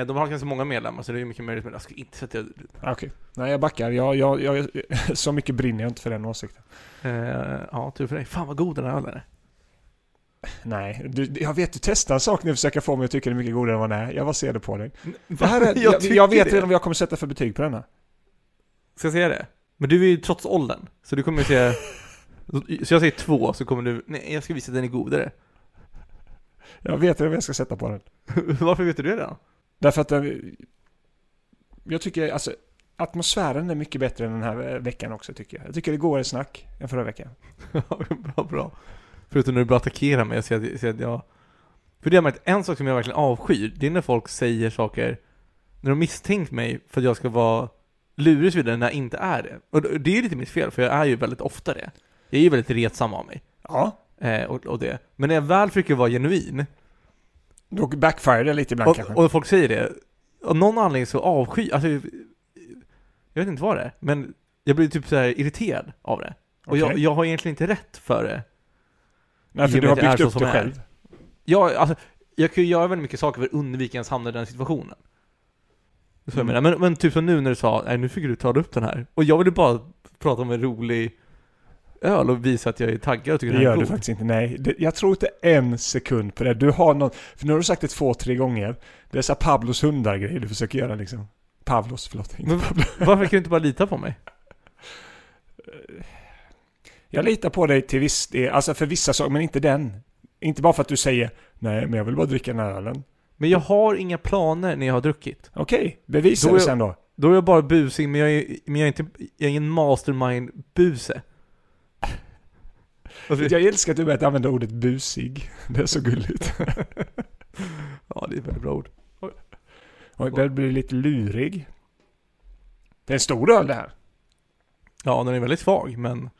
[SPEAKER 1] Eh, De har ganska många medlemmar, så det är ju mycket möjligt, men jag skulle inte säga att jag...
[SPEAKER 2] Ah, Okej, nej jag backar. Jag, jag, jag, så mycket brinner jag inte för den åsikten.
[SPEAKER 1] Eh, ja, tur för dig. Fan vad god den här ölen är.
[SPEAKER 2] Nej, du, jag vet du testar en sak nu och försöker få mig att tycka det är mycket godare än vad den är. Jag bara ser det på dig. Det här är, jag, jag,
[SPEAKER 1] tycker
[SPEAKER 2] vet
[SPEAKER 1] det.
[SPEAKER 2] redan vad jag kommer sätta för betyg på denna.
[SPEAKER 1] Ska jag säga det? Men du är ju trots åldern, så du kommer ju säga... Så jag säger två, så kommer du... Nej, jag ska visa att den är godare.
[SPEAKER 2] Jag vet redan vad jag ska sätta på den.
[SPEAKER 1] Varför vet du det då?
[SPEAKER 2] Därför att den, jag tycker alltså atmosfären är mycket bättre än den här eh, veckan också tycker jag. Jag tycker det går ett snack än förra veckan.
[SPEAKER 1] bra, bra. Förutom när du bara attackerar mig och säger att, säger att jag... För det har jag märkt, en sak som jag verkligen avskyr, det är när folk säger saker, när de misstänkt mig för att jag ska vara lurig och så vidare, när jag inte är det. Och det- det är lite mitt fel, för jag är ju väldigt ofta det. Jag är ju väldigt retsam av mig,
[SPEAKER 2] Ja,
[SPEAKER 1] eh, och, och det. Men när jag väl försöker vara genuin,
[SPEAKER 2] då backfire det lite ibland
[SPEAKER 1] och,
[SPEAKER 2] kanske.
[SPEAKER 1] och folk säger det, av någon anledning så avskyr, alltså, jag vet inte vad det är, men jag blir typ så här irriterad av det. Och jag,
[SPEAKER 2] Okej.
[SPEAKER 1] jag har egentligen inte rätt för det. i
[SPEAKER 2] Nej, för
[SPEAKER 1] och
[SPEAKER 2] du
[SPEAKER 1] med
[SPEAKER 2] har
[SPEAKER 1] att jag är
[SPEAKER 2] byggt
[SPEAKER 1] så
[SPEAKER 2] upp
[SPEAKER 1] som
[SPEAKER 2] det
[SPEAKER 1] jag är.
[SPEAKER 2] själv.
[SPEAKER 1] Ja, alltså, jag kan ju göra väldigt mycket saker för att undvika ens hamna i den situationen. Det är Så jag
[SPEAKER 2] Mm.
[SPEAKER 1] menar. Men, men typ som nu när du sa, nej nu fick du ta upp den här. Och jag ville bara prata om en rolig öl och visa att jag är taggad och tycker
[SPEAKER 2] Det
[SPEAKER 1] den
[SPEAKER 2] gör
[SPEAKER 1] är
[SPEAKER 2] du
[SPEAKER 1] god.
[SPEAKER 2] faktiskt inte. Nej, det, jag tror inte en sekund på det. Du har någon, för nu har du sagt det två, tre gånger. Det är så här Pavlos hundar-grejer du försöker göra liksom. Pavlos, förlåt. Inte
[SPEAKER 1] Men-
[SPEAKER 2] Pablo.
[SPEAKER 1] Varför kan du inte bara lita på mig?
[SPEAKER 2] Eh, Jag litar på dig till viss del, alltså för vissa saker, men inte den. Inte bara för att du säger nej, men jag vill bara dricka den här ölen.
[SPEAKER 1] Men jag har inga planer när jag har druckit.
[SPEAKER 2] Okej, bevisa
[SPEAKER 1] Då
[SPEAKER 2] det
[SPEAKER 1] är-
[SPEAKER 2] sen då.
[SPEAKER 1] Då är jag bara busig, men jag är, men jag är, inte, jag är ingen mastermind-buse. Alltså,
[SPEAKER 2] Jag älskar att du börjat använda ordet busig. Det är så gulligt.
[SPEAKER 1] ja, det är ett väldigt bra ord.
[SPEAKER 2] Och jag börjar bli lite lurig. Det är en stor öl det här.
[SPEAKER 1] Ja, den är väldigt svag, men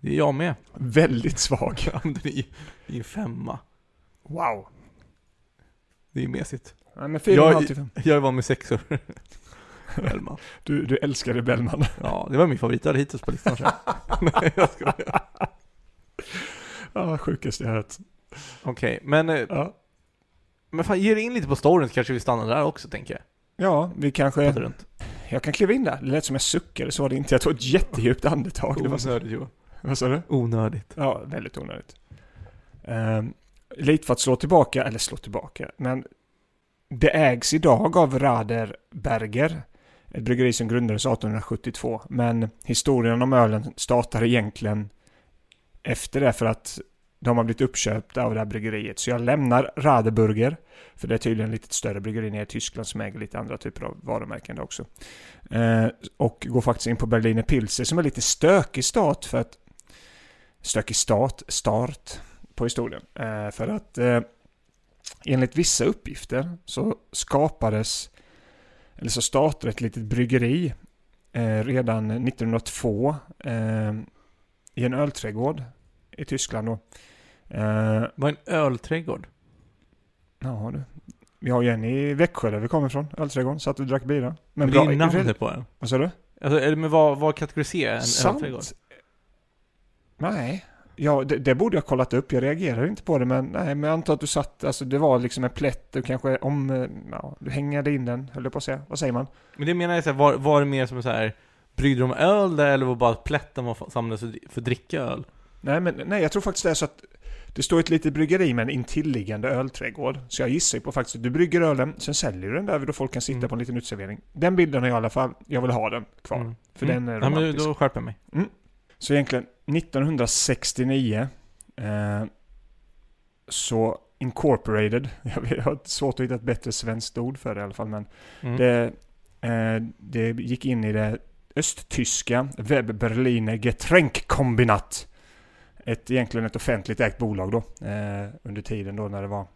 [SPEAKER 1] det är jag med.
[SPEAKER 2] Väldigt svag.
[SPEAKER 1] Ja, men Den är ju det är en femma.
[SPEAKER 2] Wow.
[SPEAKER 1] Det är ju mesigt.
[SPEAKER 2] Ja, men fyra och en
[SPEAKER 1] Jag-
[SPEAKER 2] halv till fem.
[SPEAKER 1] Jag var med sexor. Bellman.
[SPEAKER 2] Du, du älskar det Bellman.
[SPEAKER 1] Ja, det var min favoritöl hittills på listan. tror jag. Nej, jag skojar.
[SPEAKER 2] Ja, sjukast jag hört.
[SPEAKER 1] Okej, men, eh,
[SPEAKER 2] Ja.
[SPEAKER 1] men fan, ge dig in lite på storyn så kanske vi stannar där också, tänker jag.
[SPEAKER 2] ja, vi
[SPEAKER 1] Prata
[SPEAKER 2] kanske...
[SPEAKER 1] runt.
[SPEAKER 2] Jag kan kliva in där. Det lät som jag suckade, så var det inte. Jag tog ett jättedjupt andetag. Det var så...
[SPEAKER 1] Onödigt, Johan.
[SPEAKER 2] Vad sa du?
[SPEAKER 1] Onödigt.
[SPEAKER 2] Ja, väldigt onödigt. Ehm, lite för att slå tillbaka, eller slå tillbaka, men det ägs idag av Rader Berger, ett bryggeri som grundades 1872. Men historien om ölen startar egentligen efter det för att de har blivit uppköpta av det här bryggeriet. Så jag lämnar Radeburger, för det är tydligen ett lite större bryggeri nere i Tyskland som äger lite andra typer av varumärken där också. Eh, och går faktiskt in på Berliner Pilser som är lite stökig stat för att stökig start, start på historien. Eh, för att eh, enligt vissa uppgifter så skapades, eller så startade ett litet bryggeri eh, redan 1902 eh, i en ölträdgård i Tyskland. Då. Eh,
[SPEAKER 1] Det var en ölträdgård.
[SPEAKER 2] ja, du. Vi har ju en i Växjö där vi kommer ifrån, ölträdgården, satt och drack bira.
[SPEAKER 1] Men det är ju namnet på den.
[SPEAKER 2] Vad sa du?
[SPEAKER 1] Alltså, eller, men vad, vad kategoriserar en ölträdgård?
[SPEAKER 2] Nej. Ja, det, det borde jag ha kollat upp. Jag reagerar inte på det, men nej, men jag antar att du satt, alltså det var liksom en plätt, du kanske om, eh, ja, du hängade in den, höll jag på att säga. Vad säger man?
[SPEAKER 1] Men det menar jag, så här, var, var det mer som så här, brydde de om öl där, eller var bara att plätten var samlades för för att dricka öl?
[SPEAKER 2] Nej, men nej, jag tror faktiskt det är så att det står ett litet bryggeri med en intilliggande ölträdgård. Så jag gissar ju på faktiskt att du brygger ölen, sen säljer du den där då folk kan sitta
[SPEAKER 1] Mm.
[SPEAKER 2] på en liten uteservering. Den bilden har jag i alla fall, jag vill ha den kvar.
[SPEAKER 1] Mm.
[SPEAKER 2] För
[SPEAKER 1] Mm.
[SPEAKER 2] den är
[SPEAKER 1] Ja, men
[SPEAKER 2] romantisk.
[SPEAKER 1] då skärper jag mig.
[SPEAKER 2] Så egentligen 1969 eh, så incorporated, jag, vet, jag har svårt att hitta ett bättre svenskt ord för det i alla fall, men
[SPEAKER 1] Mm.
[SPEAKER 2] det, eh, det gick in i det östtyska Web Berliner Getränkkombinat. Ett, egentligen ett offentligt ägt bolag då, eh, under tiden då när det var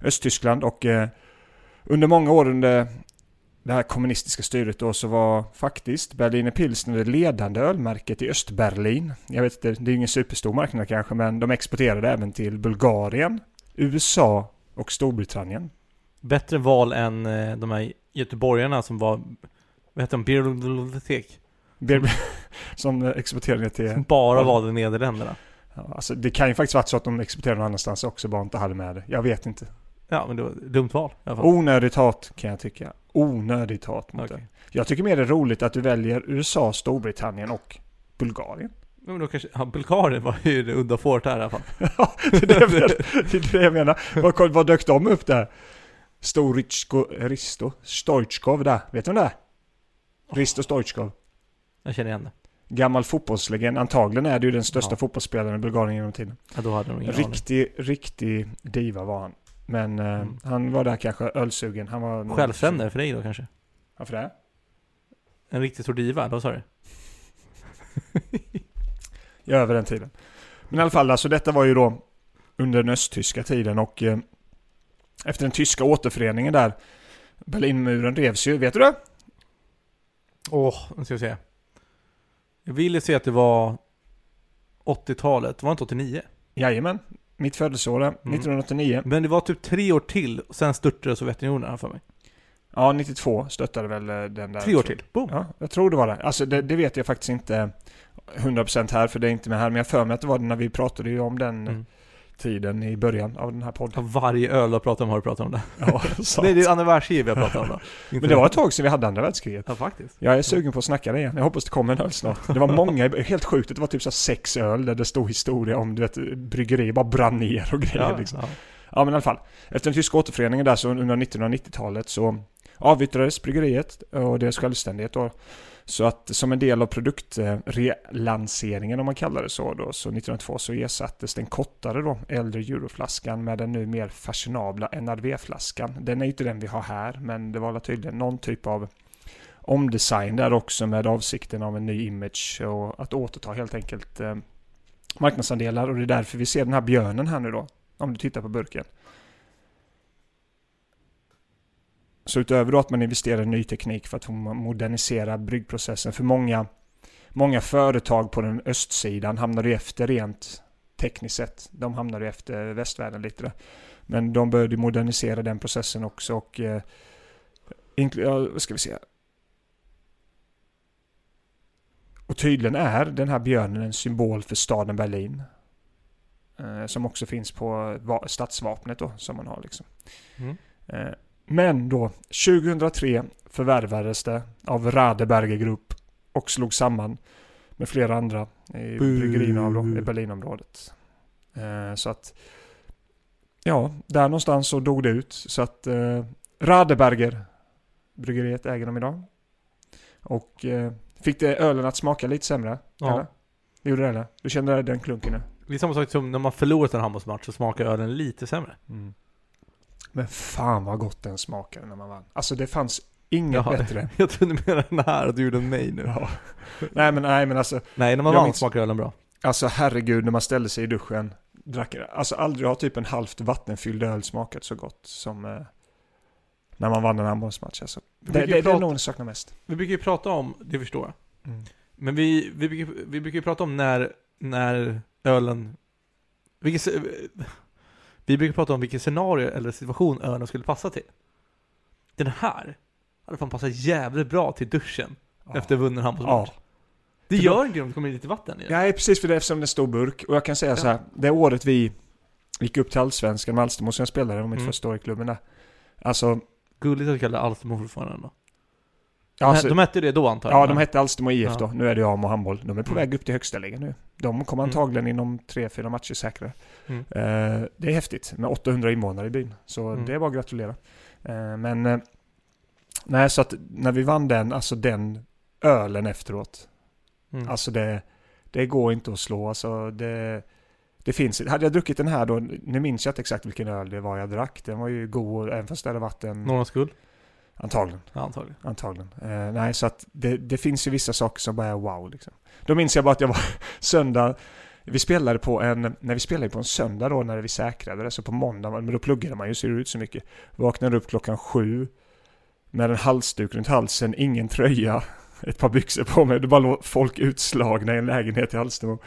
[SPEAKER 2] Östtyskland och eh, under många år under det här kommunistiska styret då så var faktiskt Berliner Pilsner det ledande ölmärket i Östberlin. Jag vet inte, det är ju ingen superstor marknad kanske, men de exporterade även till Bulgarien, USA och Storbritannien.
[SPEAKER 1] Bättre val än eh, de här göteborgarna som var, vad heter de, bibliotek?
[SPEAKER 2] Ber- Som eh, exporterade till...
[SPEAKER 1] Som bara
[SPEAKER 2] Ja.
[SPEAKER 1] valde Nederländerna.
[SPEAKER 2] Ja, alltså, det kan ju faktiskt varit så att de exporterade någon annanstans också, bara inte hade med det. Jag vet inte.
[SPEAKER 1] Ja, men det var ett dumt val i alla fall.
[SPEAKER 2] Onödigt hat kan jag tycka. Onödigt hat mot
[SPEAKER 1] Okej.
[SPEAKER 2] det. Jag tycker mer det är roligt att du väljer USA, Storbritannien och Bulgarien.
[SPEAKER 1] Ja, Men då kanske, ja, Bulgarien var ju det udda fåret här i alla fall.
[SPEAKER 2] Ja, det är det jag menar. Det är det jag menar. Vad, kom- vad dök de upp där? Storitsko, Risto, Stoichkov där. Vet du vem det är? Risto Stoichkov.
[SPEAKER 1] Jag känner igen det.
[SPEAKER 2] Gammal fotbollslegend. Antagligen är det ju den största
[SPEAKER 1] Ja.
[SPEAKER 2] fotbollsspelaren i Bulgarien genom tiden.
[SPEAKER 1] Ja, då hade de ingen aning.
[SPEAKER 2] Riktig, riktig diva var han. Men eh,
[SPEAKER 1] Mm.
[SPEAKER 2] han var där kanske ölsugen. Han var...
[SPEAKER 1] Självständig för dig då kanske?
[SPEAKER 2] Varför det?
[SPEAKER 1] En riktigt stor diva, vad sa du?
[SPEAKER 2] Ja, över den tiden. Men i alla fall, alltså detta var ju då under den östtyska tiden och eh, efter den tyska återföreningen där, Berlinmuren revs ju, vet du det?
[SPEAKER 1] Åh, nu ska vi se. Jag ville se att det var 80-talet, det var inte 89.
[SPEAKER 2] Jajamän, mitt födelseår
[SPEAKER 1] Mm.
[SPEAKER 2] är 1989.
[SPEAKER 1] Men det var typ tre år till, och sen störtade Sovjetunionen här för mig.
[SPEAKER 2] Ja, 92 stöttade väl eh, den där.
[SPEAKER 1] Tre år till, boom!
[SPEAKER 2] Ja, jag tror det var det. Alltså det, det vet jag faktiskt inte 100% här, för det är inte med här, men jag har för mig att det var det när vi pratade ju om den
[SPEAKER 1] Mm.
[SPEAKER 2] tiden i början av den här podden.
[SPEAKER 1] Ja, Varje öl jag pratar om har du pratat om det.
[SPEAKER 2] Ja,
[SPEAKER 1] Det är
[SPEAKER 2] sant.
[SPEAKER 1] ju anniversariet vi har pratat om då.
[SPEAKER 2] Men det var ett tag sedan vi hade andra världskriget.
[SPEAKER 1] Ja, faktiskt.
[SPEAKER 2] Jag är sugen på att snacka det igen. Jag hoppas det kommer en öl snart. Det var många, helt sjukt, det var typ så här sex öl där det stod historia om du vet, bryggerier bara brann ner och grejer.
[SPEAKER 1] Ja,
[SPEAKER 2] liksom.
[SPEAKER 1] ja.
[SPEAKER 2] ja men i alla fall. Efter den tyska återföreningen där så under 1990-talet så avyttrades bryggeriet och deras självständighet då. Så att som en del av produktrelanseringen om man kallar det så då, så 1992 så ersattes den kortare då, äldre euroflaskan med den nu mer fashionabla NRV-flaskan. Den är ju inte den vi har här, men det var väl tydligen någon typ av omdesign där också med avsikten av en ny image och att återta helt enkelt eh, marknadsandelar och det är därför vi ser den här björnen här nu då. Om du tittar på burken. Så utöver då att man investerar i ny teknik för att modernisera bryggprocessen för många, många företag på den östsidan hamnar ju efter rent tekniskt sett. De hamnar ju efter västvärlden lite. där. Men de började modernisera den processen också och eh, inkl- ja, vad ska vi se. Och tydligen är den här björnen en symbol för staden Berlin. Eh, som också finns på va- stadsvapnet då, som man har liksom.
[SPEAKER 1] Mm.
[SPEAKER 2] Eh, men då, 2003 förvärvades det av Radeberger Group och slog samman med flera andra i
[SPEAKER 1] Bu.
[SPEAKER 2] bryggerierna av då- i Berlinområdet. Eh, så att, ja, där någonstans så dog det ut. Så att eh, Radeberger bryggeriet äger dem idag. Och eh, fick det ölen att smaka lite sämre?
[SPEAKER 1] Ja.
[SPEAKER 2] Eller? Det gjorde det eller? Du kände den klunken? eller?
[SPEAKER 1] Det är samma sak som när man förlorat en handbollsmatch så smakar ölen lite sämre.
[SPEAKER 2] Men fan vad gott den smakade när man vann. Alltså det fanns inget
[SPEAKER 1] Jaha.
[SPEAKER 2] bättre.
[SPEAKER 1] Jag trodde du menade den här och du gjorde nej nu.
[SPEAKER 2] Ja. nej men nej men alltså,
[SPEAKER 1] Nej, när man
[SPEAKER 2] Jag
[SPEAKER 1] vann
[SPEAKER 2] minns-
[SPEAKER 1] smakar ölen bra.
[SPEAKER 2] alltså herregud när man ställde sig i duschen. Drack, alltså aldrig har typ en halvt vattenfylld öl smakat så gott som eh, när man vann en handbollsmatch. Alltså.
[SPEAKER 1] Vi
[SPEAKER 2] Det, det,
[SPEAKER 1] brukar
[SPEAKER 2] det
[SPEAKER 1] ju
[SPEAKER 2] är
[SPEAKER 1] prata-
[SPEAKER 2] nog det jag saknar mest.
[SPEAKER 1] Vi brukar ju prata om, det förstår jag.
[SPEAKER 2] Mm.
[SPEAKER 1] Men vi, vi, brukar, vi brukar ju prata om när, när ölen... Vilket, se- vi brukar prata om vilket scenario eller situation ölen skulle passa till. Den här hade fan passat jävligt bra till duschen efter vunnen handbollsmatch.
[SPEAKER 2] Ja.
[SPEAKER 1] Det
[SPEAKER 2] För
[SPEAKER 1] gör inte det om det kommer in lite vatten i den.
[SPEAKER 2] Nej, precis för det eftersom det stod burk. Och jag kan säga så här, det året vi gick upp till Allsvenskan med Alstermo som jag spelade, det var mitt
[SPEAKER 1] Mm.
[SPEAKER 2] första år i klubben där. Alltså,
[SPEAKER 1] Gulligt att kalla det Alstermo fortfarande ändå.
[SPEAKER 2] ja,
[SPEAKER 1] De-
[SPEAKER 2] alltså
[SPEAKER 1] de hette ju det då antar jag?
[SPEAKER 2] ja, de hette Alstermo IF
[SPEAKER 1] Ja.
[SPEAKER 2] då. Nu är det jag och handboll. De är på
[SPEAKER 1] Mm.
[SPEAKER 2] väg upp till högsta ligan nu. De kommer
[SPEAKER 1] Mm.
[SPEAKER 2] antagligen inom tre, fyra matcher säkra.
[SPEAKER 1] Mm.
[SPEAKER 2] Eh, det är häftigt med 800 invånare i byn. Så
[SPEAKER 1] Mm.
[SPEAKER 2] det är bara att gratulera. Eh, men, eh, nej, så att när vi vann den, alltså den ölen efteråt.
[SPEAKER 1] Mm.
[SPEAKER 2] Alltså det, det går inte att slå. Alltså det, det finns. Hade jag druckit den här då, nu minns jag inte exakt vilken öl det var jag drack. Den var ju god, även fast det hade vatten.
[SPEAKER 1] Någon Mm. skull?
[SPEAKER 2] Antagligen,
[SPEAKER 1] Ja, antagligen.
[SPEAKER 2] antagligen. Eh, nej, så att det, det finns ju vissa saker som bara är wow liksom. Då minns jag bara att jag var söndag, vi spelade på en, när vi spelade på en söndag då när vi säkrade det, så på måndag, men då pluggade man ju, ser det ut så mycket. Vaknade upp klockan sju, Med en halsduk runt halsen, ingen tröja, ett par byxor på mig. Det bara låg folk utslagna i en lägenhet i Alstermo.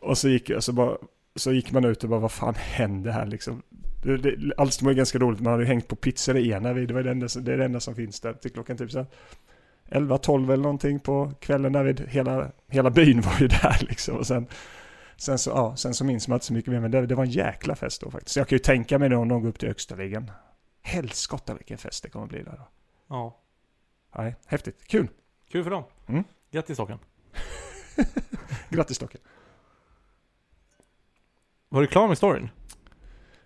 [SPEAKER 2] Och så gick, så, bara, så gick man ut och bara, vad fan händer här liksom? Det- det- Alstermo är ganska roligt, man hade ju hängt på pizzeriorna vid, det var det enda, som- det är det enda som finns där till klockan typ så här 11-12 eller någonting på kvällen där vid, hela, hela byn var ju där liksom. Och sen, sen, så, ja, sen så minns man inte så mycket mer, men det, det var en jäkla fest då faktiskt. Så jag kan ju tänka mig då om de går upp till högsta ligan. Helskotta vilken fest det kommer bli där då.
[SPEAKER 1] Ja.
[SPEAKER 2] Nej, häftigt, kul!
[SPEAKER 1] Kul för dem.
[SPEAKER 2] Mm.
[SPEAKER 1] Grattis Håkan.
[SPEAKER 2] Grattis Stocke!
[SPEAKER 1] Var du klar med storyn?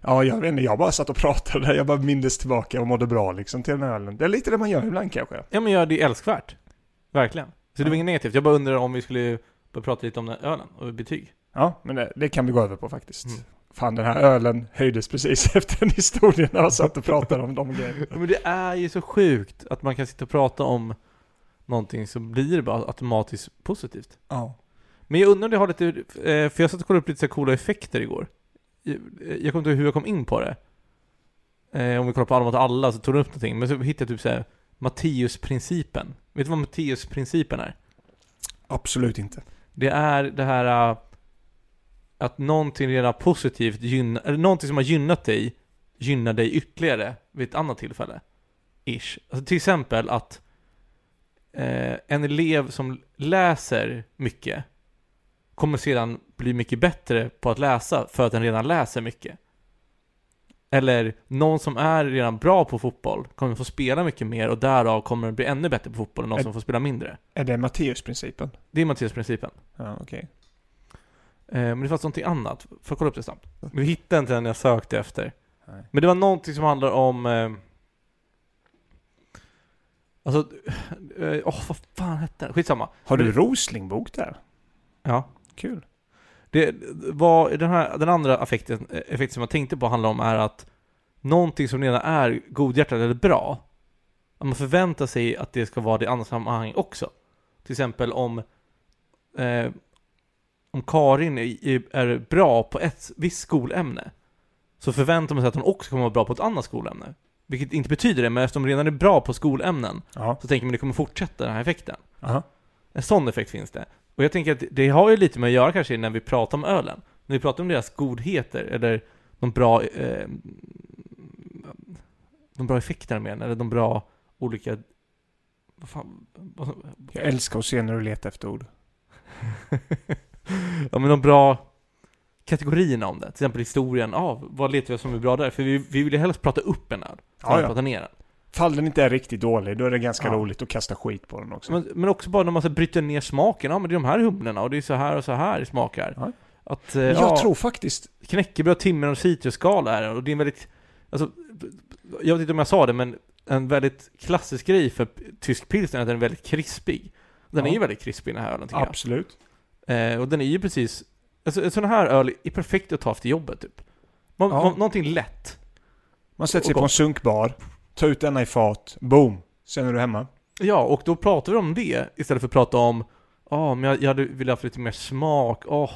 [SPEAKER 2] Ja, jag vet inte, jag bara satt och pratade där, jag bara mindes tillbaka och mådde bra liksom till den här ölen. Det är lite det man gör ibland kanske.
[SPEAKER 1] Ja men ja, det är älskvärt. Verkligen. Så det
[SPEAKER 2] Ja.
[SPEAKER 1] var inget negativt. Jag bara undrar om vi skulle börja prata lite om den här ölen och betyg.
[SPEAKER 2] Ja, men det, det kan vi gå över på faktiskt.
[SPEAKER 1] Mm.
[SPEAKER 2] Fan, den här ölen höjdes precis efter den historien när jag satt och pratade om de grejerna.
[SPEAKER 1] Ja, Men det är ju så sjukt att man kan sitta och prata om någonting så blir det bara automatiskt positivt.
[SPEAKER 2] Ja.
[SPEAKER 1] Men jag undrar om det har lite, eh, för jag satt och kollade upp lite så här coola effekter igår. Jag jag kommer inte ihåg hur jag kom in på det. Eh, Om vi kollar på Alla mot alla så tog de upp någonting, men så hittade jag typ såhär Matteusprincipen. Vet du vad Matteusprincipen är?
[SPEAKER 2] Absolut inte.
[SPEAKER 1] Det är det här äh, att någonting redan positivt gynnar, eller någonting som har gynnat dig gynnar dig ytterligare vid ett annat tillfälle. Ish. Alltså till exempel att eh, en elev som läser mycket kommer sedan bli mycket bättre på att läsa för att den redan läser mycket. Eller någon som är redan bra på fotboll kommer få spela mycket mer och därav kommer den bli ännu bättre på fotboll än någon
[SPEAKER 2] Ä-
[SPEAKER 1] som får spela mindre.
[SPEAKER 2] Är det Matteusprincipen?
[SPEAKER 1] Det är Mattiasprincipen.
[SPEAKER 2] Ja, okej.
[SPEAKER 1] Eh, Men det fanns någonting annat. Får jag kolla upp det snabbt? Vi hittade inte den jag sökte efter.
[SPEAKER 2] Nej.
[SPEAKER 1] Men det var någonting som handlar om... Eh, alltså... Åh, eh, åh, vad fan hette den? Skitsamma.
[SPEAKER 2] Har du
[SPEAKER 1] Men-
[SPEAKER 2] Roslingbok där?
[SPEAKER 1] Ja.
[SPEAKER 2] Kul.
[SPEAKER 1] Det var den, här, den andra affekten, effekten som jag tänkte på handlar om är att någonting som redan är godhjärtat eller bra, att man förväntar sig att det ska vara det i andra sammanhang också. Till exempel om, eh, om Karin i- i- är bra på ett visst skolämne, så förväntar man sig att hon också kommer vara bra på ett annat skolämne. Vilket inte betyder det, men eftersom hon redan är bra på skolämnen
[SPEAKER 2] Ja.
[SPEAKER 1] så tänker man att det kommer fortsätta den här effekten.
[SPEAKER 2] Aha.
[SPEAKER 1] En sån effekt finns det. Och jag tänker att det har ju lite med att göra kanske när vi pratar om ölen. När vi pratar om deras godheter eller de bra, eh, de bra effekterna med den, eller de bra olika... Vad fan? Vad,
[SPEAKER 2] Jag älskar att se när du letar efter ord.
[SPEAKER 1] ja, men de bra kategorierna om det. Till exempel historien, ah, vad letar vi som är bra där? För vi, vi vill ju helst prata upp en öl,
[SPEAKER 2] Ja,
[SPEAKER 1] ja,
[SPEAKER 2] ja.
[SPEAKER 1] ja. prata ner den.
[SPEAKER 2] Fall den inte är riktigt dålig, då är det ganska
[SPEAKER 1] Ja.
[SPEAKER 2] roligt att kasta skit på den också.
[SPEAKER 1] Men, men också bara när man så här bryter ner smaken, ja ah, men det är de här humlorna och det är så här och så här smakar.
[SPEAKER 2] Ja.
[SPEAKER 1] Att, eh,
[SPEAKER 2] jag
[SPEAKER 1] ja,
[SPEAKER 2] tror faktiskt...
[SPEAKER 1] knäckebröd, timmer och citrusskala är det. Och det är en väldigt, alltså, jag vet inte om jag sa det, men en väldigt klassisk grej för tysk pilsner är att den är väldigt krispig. Den
[SPEAKER 2] Ja.
[SPEAKER 1] är ju väldigt krispig den här ölen tycker
[SPEAKER 2] Absolut.
[SPEAKER 1] jag. Eh, och den är ju precis, alltså en sån här öl är perfekt att ta efter jobbet typ. Man,
[SPEAKER 2] Ja.
[SPEAKER 1] man, någonting lätt.
[SPEAKER 2] Man sätter
[SPEAKER 1] Och
[SPEAKER 2] sig på
[SPEAKER 1] gott.
[SPEAKER 2] en sunkbar, tar ut denna i fat, boom! Sen är du hemma.
[SPEAKER 1] Ja, och då pratar vi om det istället för att prata om, ja, men jag, jag hade velat haft lite mer smak, åh,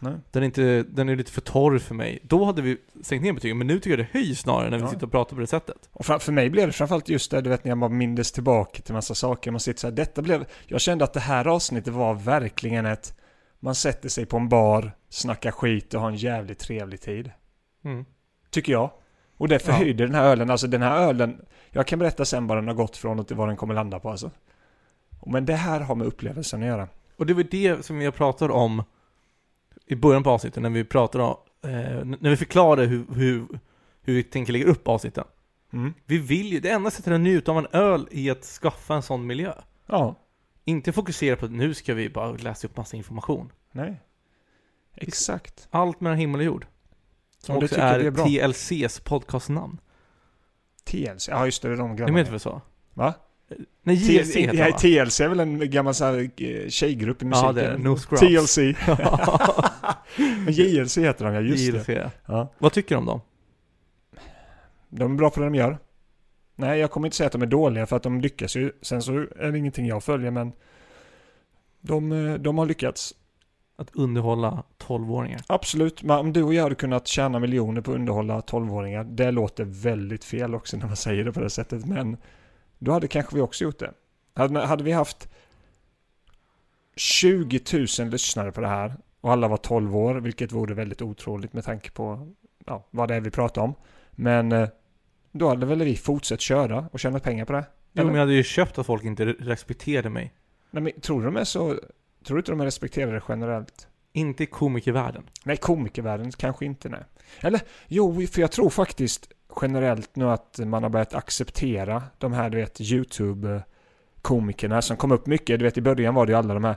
[SPEAKER 2] Nej.
[SPEAKER 1] den är, inte, den är lite för torr för mig. Då hade vi sänkt ner betygen, men nu tycker jag det höjs snarare när vi
[SPEAKER 2] Ja.
[SPEAKER 1] sitter och pratar på det sättet.
[SPEAKER 2] Och för, för mig blev det framförallt just det, du vet när jag bara mindes tillbaka till massa saker. Man sitter så här, detta blev... Jag kände att det här avsnittet var verkligen ett... Man sätter sig på en bar, snackar skit och har en jävligt trevlig tid.
[SPEAKER 1] Mm.
[SPEAKER 2] Tycker jag. Och det förhöjde den här ölen. Alltså den här ölen... Jag kan berätta sen vad den har gått från och till vad den kommer landa på alltså. Men det här har med upplevelsen att göra.
[SPEAKER 1] Och det var det som jag pratade om i början på avsnittet, när vi pratade om, eh, när vi förklarade hur, hur, hur vi tänker lägga upp avsnitten.
[SPEAKER 2] Mm.
[SPEAKER 1] Vi vill ju, det enda sättet att njuta av en öl är att skaffa en sån miljö.
[SPEAKER 2] Ja.
[SPEAKER 1] Inte fokusera på att nu ska vi bara läsa upp massa information.
[SPEAKER 2] Nej. Exakt.
[SPEAKER 1] Allt mellan himmel och jord. Som
[SPEAKER 2] Om du
[SPEAKER 1] också
[SPEAKER 2] tycker
[SPEAKER 1] är,
[SPEAKER 2] det är bra.
[SPEAKER 1] TLCs podcastnamn.
[SPEAKER 2] TLC. Ja just det, det är de
[SPEAKER 1] Du
[SPEAKER 2] grabbarna.
[SPEAKER 1] menar väl så?
[SPEAKER 2] Va?
[SPEAKER 1] Nej, JLC
[SPEAKER 2] T-
[SPEAKER 1] heter
[SPEAKER 2] ja,
[SPEAKER 1] han va?
[SPEAKER 2] TLC är väl en gammal så här, eh, tjejgrupp i musiken?
[SPEAKER 1] Ja, det är det. No Scrubs.
[SPEAKER 2] TLC. Men JLC heter de, ja just det.
[SPEAKER 1] JLC.
[SPEAKER 2] Ja.
[SPEAKER 1] Vad tycker du om dem?
[SPEAKER 2] De är bra på det de gör. Nej, jag kommer inte säga att de är dåliga för att de lyckas ju. Sen så är det ingenting jag följer men de, eh, de har lyckats.
[SPEAKER 1] Att underhålla 12-åringar.
[SPEAKER 2] Absolut, men om du och jag hade kunnat tjäna miljoner på att underhålla 12-åringar, det låter väldigt fel också när man säger det på det sättet, men Då hade kanske vi också gjort det. Hade, hade vi haft 20 000 lyssnare på det här och alla var 12 år, vilket vore väldigt otroligt med tanke på ja, vad det är vi pratar om. Men eh, då hade väl vi fortsatt köra och tjänat pengar på det.
[SPEAKER 1] Jo,
[SPEAKER 2] Eller?
[SPEAKER 1] men jag hade ju köpt att folk inte re- respekterade mig.
[SPEAKER 2] Nej, men tror du de är så... Tror du inte de är respekterade generellt?
[SPEAKER 1] Inte i komikervärlden.
[SPEAKER 2] Nej, komikervärlden kanske inte, nej. Eller, jo, för jag tror faktiskt generellt nu att man har börjat acceptera de här, du vet, YouTube-komikerna som kom upp mycket. Du vet, i början var det ju alla de här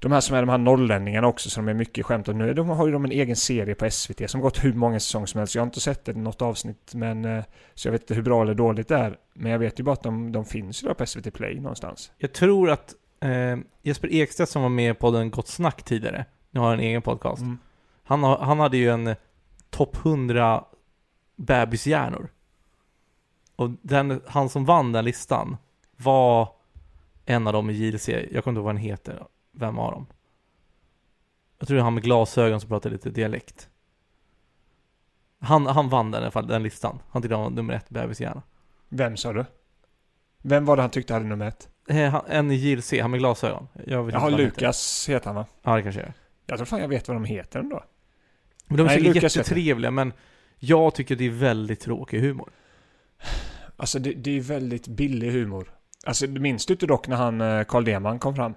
[SPEAKER 2] de här som är de här norrlänningarna också som är mycket skämt om nu. är De har ju de en egen serie på SVT som gått hur många säsonger som helst. Jag har inte sett det i något avsnitt men eh, så jag vet inte hur bra eller dåligt det är. Men jag vet ju bara att de, de finns ju där på SVT Play någonstans.
[SPEAKER 1] Jag tror att eh, Jesper Ekstedt som var med på den Gott Snack tidigare, nu har han en egen podcast.
[SPEAKER 2] Mm.
[SPEAKER 1] Han, har, han hade ju en eh, topp 100 bebishjärnor. Och den, han som vann den listan var en av dem i JLC. Jag kommer inte ihåg vad han heter. Vem av dem? Jag tror det är han med glasögon som pratar lite dialekt. Han, han vann den i alla fall, den listan. Han tyckte han var nummer ett bebishjärna.
[SPEAKER 2] Vem sa du? Vem var det han tyckte hade nummer ett?
[SPEAKER 1] Eh, han- En i JLC, han med glasögon. Jag vet inte
[SPEAKER 2] Jaha,
[SPEAKER 1] vad han heter.
[SPEAKER 2] Lukas heter han va?
[SPEAKER 1] Ja, det kanske är.
[SPEAKER 2] Jag tror fan jag vet vad de heter ändå.
[SPEAKER 1] Men de är
[SPEAKER 2] Nej,
[SPEAKER 1] säkert
[SPEAKER 2] Lukas heter
[SPEAKER 1] jättetrevliga, men jag tycker det är väldigt tråkig humor.
[SPEAKER 2] Alltså det, det är ju väldigt billig humor. Alltså minns du inte dock när han, eh, Carl Deman kom fram?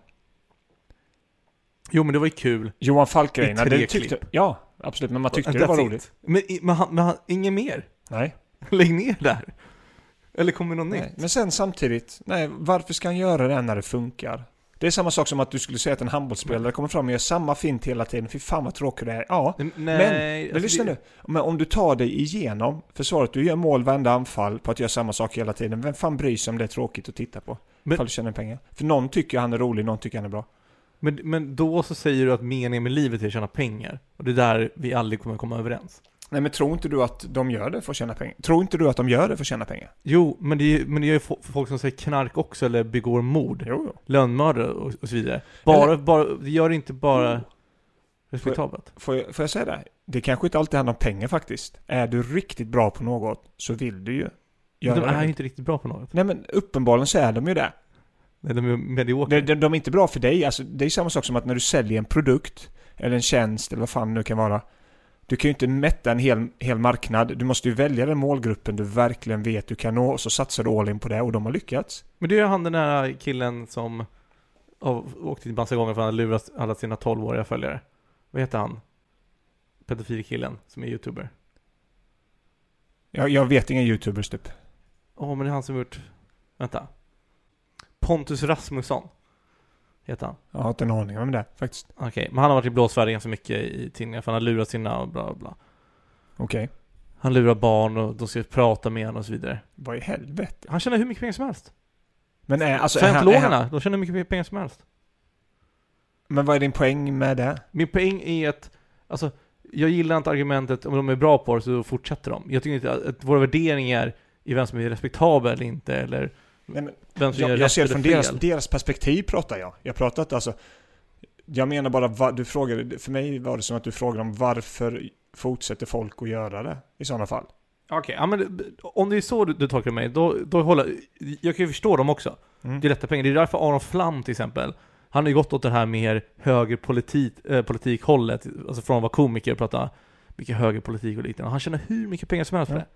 [SPEAKER 1] Jo, men det var ju kul.
[SPEAKER 2] Johan Falk-grejen.
[SPEAKER 1] I tre
[SPEAKER 2] det tyckte-
[SPEAKER 1] klipp.
[SPEAKER 2] Ja, absolut. Men man tyckte det
[SPEAKER 1] That's it.
[SPEAKER 2] var roligt.
[SPEAKER 1] Men, i- men, han, men han, inget mer.
[SPEAKER 2] Nej.
[SPEAKER 1] Lägg ner där. Eller kommer något
[SPEAKER 2] nej.
[SPEAKER 1] nytt?
[SPEAKER 2] Men sen samtidigt, nej, varför ska han göra det när det funkar? Det är samma sak som att du skulle säga att en handbollsspelare kommer fram och gör samma fint hela tiden. Fy fan vad tråkig det är. Ja,
[SPEAKER 1] Nej, alltså
[SPEAKER 2] Men lyssna nu. Men om du tar dig igenom försvaret, du gör mål varenda anfall på att göra samma sak hela tiden. Vem fan bryr sig om det är tråkigt att titta på?
[SPEAKER 1] Men-
[SPEAKER 2] Ifall du tjänar pengar. För någon tycker han är rolig, någon tycker han är bra.
[SPEAKER 1] Men, men då så säger du att meningen med livet är att tjäna pengar. Och det är där vi aldrig kommer komma överens.
[SPEAKER 2] Nej men tror inte du att de gör det för att tjäna pengar? Tror inte du att de gör det för att tjäna pengar?
[SPEAKER 1] Jo, men det, är ju- men det är ju fo- folk som säger knark också, eller begår mord,
[SPEAKER 2] Jo, jo.
[SPEAKER 1] lönnmördare och, och så vidare. Bara, bara, det gör det inte bara respektabelt.
[SPEAKER 2] Får jag, får jag säga det? Det kanske inte alltid handlar om pengar faktiskt. Är du riktigt bra på något så vill du ju
[SPEAKER 1] Men
[SPEAKER 2] göra
[SPEAKER 1] de är ju
[SPEAKER 2] det.
[SPEAKER 1] inte riktigt bra på något.
[SPEAKER 2] Nej men uppenbarligen så är de ju det.
[SPEAKER 1] Nej, de är mediokra.
[SPEAKER 2] De, de, de är inte bra för dig. Alltså, det är samma sak som att när du säljer en produkt eller en tjänst eller vad fan det nu kan vara. Du kan ju inte mätta en hel, hel marknad. Du måste ju välja den målgruppen du verkligen vet du kan nå och så satsar du all in på det och de har lyckats.
[SPEAKER 1] Men det är ju han den här killen som av, åkte dit massa gånger för att han hade lurat alla sina 12-åriga följare. Vad heter han? Pedofilkillen som är youtuber.
[SPEAKER 2] Jag, jag vet inga youtubers typ.
[SPEAKER 1] Åh, men det är han som gjort... Vänta. Pontus Rasmusson. Heter han.
[SPEAKER 2] Jag har inte en aning om det faktiskt.
[SPEAKER 1] Okej, men han har varit i blåsväder ganska mycket i tidningar för han har lurat sina och bla bla bla.
[SPEAKER 2] Okej.
[SPEAKER 1] Han lurar barn och de ska prata med honom och så vidare.
[SPEAKER 2] Vad i helvete?
[SPEAKER 1] Han tjänar hur mycket pengar som helst.
[SPEAKER 2] Men, är, alltså, är han, är han,
[SPEAKER 1] Scientologerna, de tjänar hur mycket pengar som helst.
[SPEAKER 2] men vad är din poäng med det?
[SPEAKER 1] Min poäng är att, alltså, jag gillar inte argumentet om de är bra på det så fortsätter de. Jag tycker inte att, att våra värderingar i vem som är respektabel eller inte, eller
[SPEAKER 2] Nej, men,
[SPEAKER 1] vem som
[SPEAKER 2] jag,
[SPEAKER 1] gör
[SPEAKER 2] jag
[SPEAKER 1] rätt
[SPEAKER 2] ser det
[SPEAKER 1] eller
[SPEAKER 2] från
[SPEAKER 1] fel.
[SPEAKER 2] deras, deras perspektiv pratar jag. Jag pratar inte alltså... Jag menar bara, vad du frågade, för mig var det som att du frågade om varför fortsätter folk att göra det i sådana fall?
[SPEAKER 1] Okej, ja, men det- om det är så du, du tolkar mig, då, då håller jag kan ju förstå dem också.
[SPEAKER 2] Mm.
[SPEAKER 1] Det är lätta pengar. Det är därför Aron Flam till exempel, han har ju gått åt det här mer högerpolitik, eh, politikhållet, alltså från att vara komiker och prata mycket högerpolitik och liknande. Han tjänar hur mycket pengar som helst för
[SPEAKER 2] Ja.
[SPEAKER 1] det.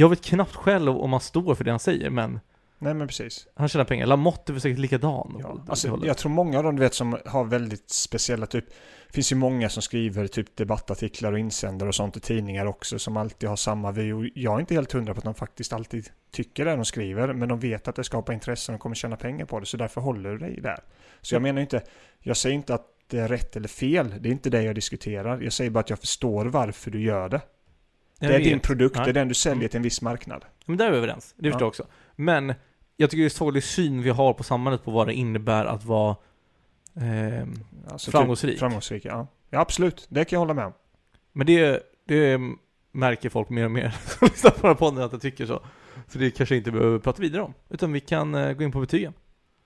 [SPEAKER 1] Jag vet knappt själv om han står för det han säger, men
[SPEAKER 2] Nej men precis.
[SPEAKER 1] Han tjänar pengar. Lamotte är väl säkert likadan.
[SPEAKER 2] Ja.
[SPEAKER 1] Det- det
[SPEAKER 2] Alltså,
[SPEAKER 1] håller.
[SPEAKER 2] jag tror många av dem du vet som har väldigt speciella typ, det finns ju många som skriver typ debattartiklar och insändare och sånt i tidningar också som alltid har samma vy och jag är inte helt hundra på att de faktiskt alltid tycker det de skriver men de vet att det skapar intresse och de kommer tjäna pengar på det så därför håller du dig där. Så jag menar ju inte, jag säger inte att det är rätt eller fel, det är inte det jag diskuterar, jag säger bara att jag förstår varför du gör det.
[SPEAKER 1] Jag
[SPEAKER 2] det är
[SPEAKER 1] vet.
[SPEAKER 2] din produkt,
[SPEAKER 1] Ja.
[SPEAKER 2] det är den du
[SPEAKER 1] Mm.
[SPEAKER 2] säljer till en viss marknad.
[SPEAKER 1] Men där är vi överens. Det
[SPEAKER 2] Ja.
[SPEAKER 1] förstår jag också. Men jag tycker det är sorglig syn vi har på samhället på vad det innebär att vara ehm,
[SPEAKER 2] Alltså,
[SPEAKER 1] framgångsrik.
[SPEAKER 2] Typ, framgångsrik, ja. Ja absolut, det kan jag hålla med om.
[SPEAKER 1] Men det, det märker folk mer och mer som lyssnar på den här podden att jag tycker så. Så det kanske inte behöver prata vidare om. Utan vi kan eh, gå in på betygen.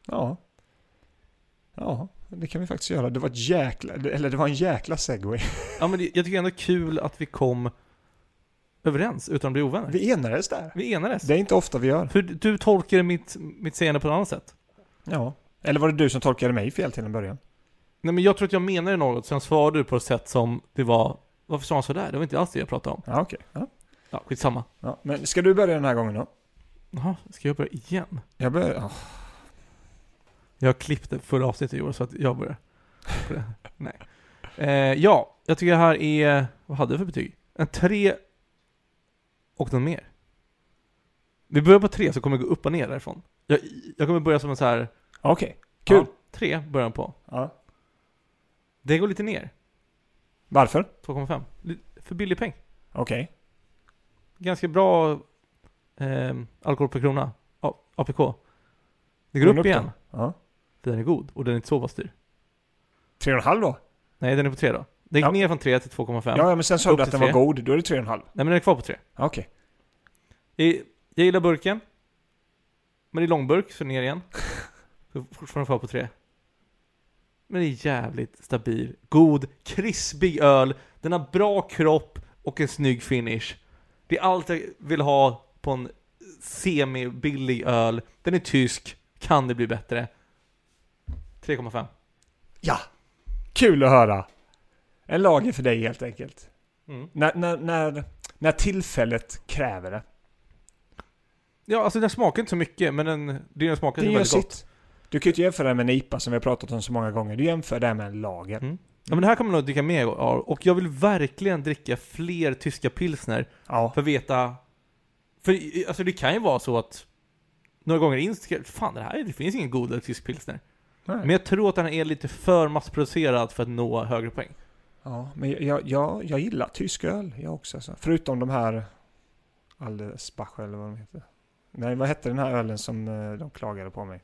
[SPEAKER 2] Ja. Ja, det kan vi faktiskt göra. Det var ett jäkla, eller det var en jäkla segway.
[SPEAKER 1] Ja men det, jag tycker ändå det är kul att vi kom överens utan att bli ovänner. Vi,
[SPEAKER 2] Vi enades där.
[SPEAKER 1] enades.
[SPEAKER 2] Det är inte ofta vi gör.
[SPEAKER 1] För du tolkade mitt, mitt sägande på ett annat sätt.
[SPEAKER 2] Ja. Eller var det du som tolkade mig fel till en början?
[SPEAKER 1] Nej men jag tror att jag menade något, sen svarade du på ett sätt som det var Varför sa han sådär? Det var inte alls det jag pratade om.
[SPEAKER 2] Ja, okej. Ja.
[SPEAKER 1] Ja, skitsamma.
[SPEAKER 2] Ja. Men ska du börja den här gången då?
[SPEAKER 1] Jaha, ska jag börja igen?
[SPEAKER 2] Jag börjar... ja.
[SPEAKER 1] Jag klippte förra avsnittet Joel, så att jag börjar. på det. Nej. Eh, ja, jag tycker det här är, vad hade jag för betyg? En tre och någon mer. Vi börjar på tre så kommer jag gå upp och ner därifrån. Jag, jag kommer börja som en så här...
[SPEAKER 2] Okej. Kul.
[SPEAKER 1] Ja, tre börjar den på.
[SPEAKER 2] Ja.
[SPEAKER 1] Det går lite ner.
[SPEAKER 2] Varför?
[SPEAKER 1] 2,5. Li- För billig peng.
[SPEAKER 2] Okej.
[SPEAKER 1] Ganska bra ehm, alkohol per krona. A- APK. Det går
[SPEAKER 2] Men
[SPEAKER 1] upp
[SPEAKER 2] då.
[SPEAKER 1] igen.
[SPEAKER 2] Ja.
[SPEAKER 1] För den är god och den är inte så pass dyr.
[SPEAKER 2] Tre och en halv då?
[SPEAKER 1] Nej, den är på tre då. Den gick
[SPEAKER 2] Ja.
[SPEAKER 1] ner från tre till 2,5.
[SPEAKER 2] Ja, ja men sen sa
[SPEAKER 1] Upp
[SPEAKER 2] du att
[SPEAKER 1] till
[SPEAKER 2] den
[SPEAKER 1] tre.
[SPEAKER 2] var god. Då är det tre och en halv.
[SPEAKER 1] Nej, men den är kvar på tre.
[SPEAKER 2] Ja, Okej.
[SPEAKER 1] Jag, jag gillar burken. Men det är långburk, så ner igen. Så fortfarande kvar på tre. Men det är jävligt stabil, god, krispig öl. Den har bra kropp och en snygg finish. Det är allt jag vill ha på en semi-billig öl. Den är tysk, kan det bli bättre? 3,5.
[SPEAKER 2] Kul att höra. En lager för dig helt enkelt.
[SPEAKER 1] Mm.
[SPEAKER 2] När, när, när, när tillfället kräver det.
[SPEAKER 1] Ja, alltså den smakar inte så mycket, men den, den smakar
[SPEAKER 2] Den gör
[SPEAKER 1] väldigt gott.
[SPEAKER 2] sitt. Du kan ju inte jämföra det med en IPA som vi har pratat om så många gånger. Du jämför det med en lager.
[SPEAKER 1] Mm. Ja, men det här kommer jag nog dricka mer av, och jag vill verkligen dricka fler tyska pilsner
[SPEAKER 2] Ja.
[SPEAKER 1] För att veta... För i- alltså det kan ju vara så att några gånger in ska- fan det här det finns ingen godare tysk pilsner. Men
[SPEAKER 2] Men,
[SPEAKER 1] jag tror att den är lite för massproducerad för att nå högre poäng.
[SPEAKER 2] ja, men jag, jag, jag, jag gillar tysk öl. Jag också. Alltså. Förutom de här... Allesbach eller vad de heter. Nej, vad hette den här ölen som eh, de klagade på mig?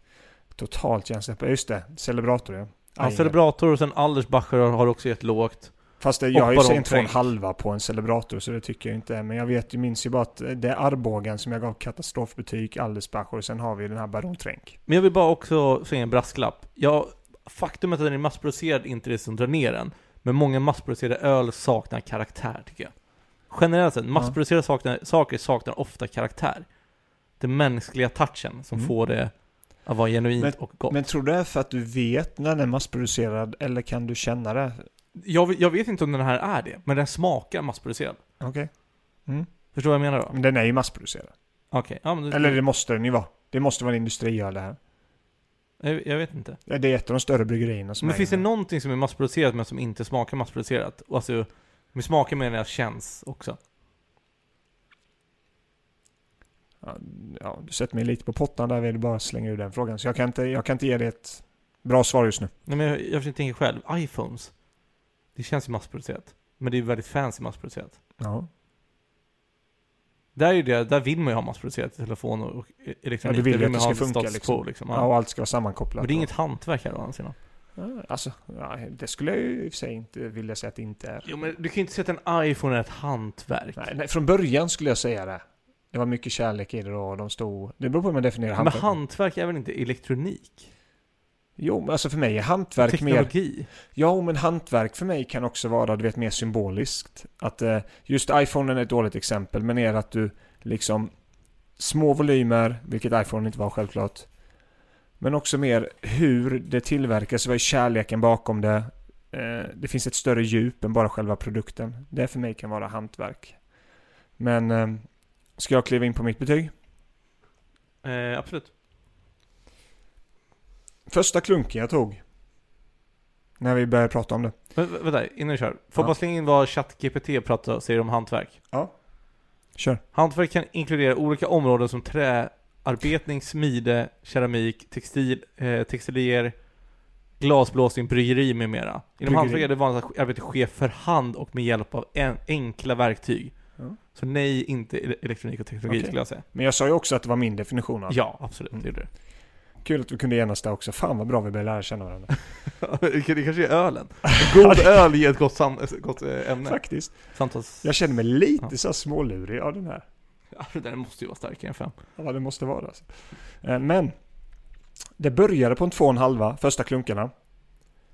[SPEAKER 2] Totalt hjärnsläpp. Ja, Just det. Celebrator ja.
[SPEAKER 1] Ja,
[SPEAKER 2] Aj,
[SPEAKER 1] Celebrator Alltså, och sen Aldersbacher har också gett lågt.
[SPEAKER 2] Fast det, jag har ju
[SPEAKER 1] Hoppar
[SPEAKER 2] sent en
[SPEAKER 1] omkring.
[SPEAKER 2] halva på en celebrator så det tycker jag inte. är. Men jag vet, ju- minns ju bara att det är Arbogan som jag gav katastrofbetyg, Aldersbacher och sen har vi den här Baron Tränk.
[SPEAKER 1] Men jag vill bara också säga en brasklapp. Jag, faktumet att den är massproducerad är inte det som drar ner den. Men många massproducerade öl saknar karaktär tycker jag. Generellt sett, massproducerade saknar, saker saknar ofta karaktär. Den mänskliga touchen som
[SPEAKER 2] Mm.
[SPEAKER 1] får det att vara genuint och gott.
[SPEAKER 2] Men tror du det är för att du vet när den är massproducerad eller kan du känna det?
[SPEAKER 1] Jag, vet- jag vet inte om den här är det, men den smakar massproducerad.
[SPEAKER 2] Okej. Mm.
[SPEAKER 1] Förstår du vad jag menar då?
[SPEAKER 2] Men den är ju massproducerad.
[SPEAKER 1] Okej, ja men...
[SPEAKER 2] Eller det måste den ju vara. Det måste vara en industriöl det här.
[SPEAKER 1] jag, jag vet inte.
[SPEAKER 2] Ja, Det är ett av de större bryggerierna som
[SPEAKER 1] Men
[SPEAKER 2] är
[SPEAKER 1] finns det
[SPEAKER 2] den.
[SPEAKER 1] någonting som är massproducerat men som inte smakar massproducerat? Och Alltså, med smaker menar jag känns också.
[SPEAKER 2] Ja, ja, du sätter mig lite på pottan där, vill bara slänga ur den frågan. Så jag kan inte, jag kan inte ge dig ett bra svar just nu.
[SPEAKER 1] Nej men jag, jag försöker tänka själv. iPhones. Det känns ju massproducerat. Men det är ju väldigt fancy massproducerat.
[SPEAKER 2] Ja.
[SPEAKER 1] Där är ju det, där vill man ju ha massproducerat i telefon och, och elektronik.
[SPEAKER 2] Ja, du vill
[SPEAKER 1] Där
[SPEAKER 2] ju
[SPEAKER 1] man
[SPEAKER 2] att det
[SPEAKER 1] ha
[SPEAKER 2] ska
[SPEAKER 1] en
[SPEAKER 2] funka,
[SPEAKER 1] status
[SPEAKER 2] liksom.
[SPEAKER 1] quo, liksom. Ja.
[SPEAKER 2] ja, och allt ska vara sammankopplat.
[SPEAKER 1] men det är
[SPEAKER 2] och-
[SPEAKER 1] inget hantverk här å andra sidan.
[SPEAKER 2] Ja, Alltså, ja, det skulle jag ju i och för sig inte vilja säga att det inte är.
[SPEAKER 1] Jo men du kan ju inte säga att en iPhone är ett hantverk.
[SPEAKER 2] Nej, nej, från början skulle jag säga det. Det var mycket kärlek i det och de stod... Det beror på hur man definierar
[SPEAKER 1] men
[SPEAKER 2] hantverk.
[SPEAKER 1] hantverk är väl inte elektronik?
[SPEAKER 2] Jo, men alltså för mig är hantverk mer...
[SPEAKER 1] Teknologi?
[SPEAKER 2] Ja, men hantverk för mig kan också vara, du vet, mer symboliskt. Att eh, just iPhonen är ett dåligt exempel, men är att du liksom... Små volymer, vilket iPhone inte var självklart. Men också mer hur det tillverkas, vad är kärleken bakom det? Eh, det finns ett större djup än bara själva produkten. Det för mig kan vara hantverk. Men eh, ska jag kliva in på mitt betyg?
[SPEAKER 1] Eh, absolut.
[SPEAKER 2] Första klunken jag tog. När vi började prata om det.
[SPEAKER 1] Men vä- vänta, innan du kör. Får jag
[SPEAKER 2] Ja.
[SPEAKER 1] bara slänga in vad ChatGPT pratar, säger om hantverk?
[SPEAKER 2] Kör.
[SPEAKER 1] Hantverk kan inkludera olika områden som träarbetning, smide, keramik, textil, eh, textilier, glasblåsning, bryggeri med mera. Inom
[SPEAKER 2] Bryggeri.
[SPEAKER 1] hantverk är det vanligt att arbetet sker för hand och med hjälp av en, enkla verktyg.
[SPEAKER 2] Ja.
[SPEAKER 1] Så nej, inte ele- elektronik och teknologi
[SPEAKER 2] Okej.
[SPEAKER 1] skulle jag säga.
[SPEAKER 2] Men jag sa ju också att det var min definition av
[SPEAKER 1] Ja, absolut.
[SPEAKER 2] Mm.
[SPEAKER 1] Det gjorde
[SPEAKER 2] Kul att vi kunde enas där också. Fan vad bra vi började lära känna varandra.
[SPEAKER 1] du. Mm. det kanske är ölen. God öl ger ett gott, sam- gott eh, ämne.
[SPEAKER 2] Faktiskt.
[SPEAKER 1] Samtals...
[SPEAKER 2] Jag känner mig lite
[SPEAKER 1] Ja.
[SPEAKER 2] så här smålurig av den här.
[SPEAKER 1] Ja, det där måste ju vara starkare än fem.
[SPEAKER 2] Ja, det måste vara alltså. Eh, Men. Det började på en två och en halva, första klunkarna.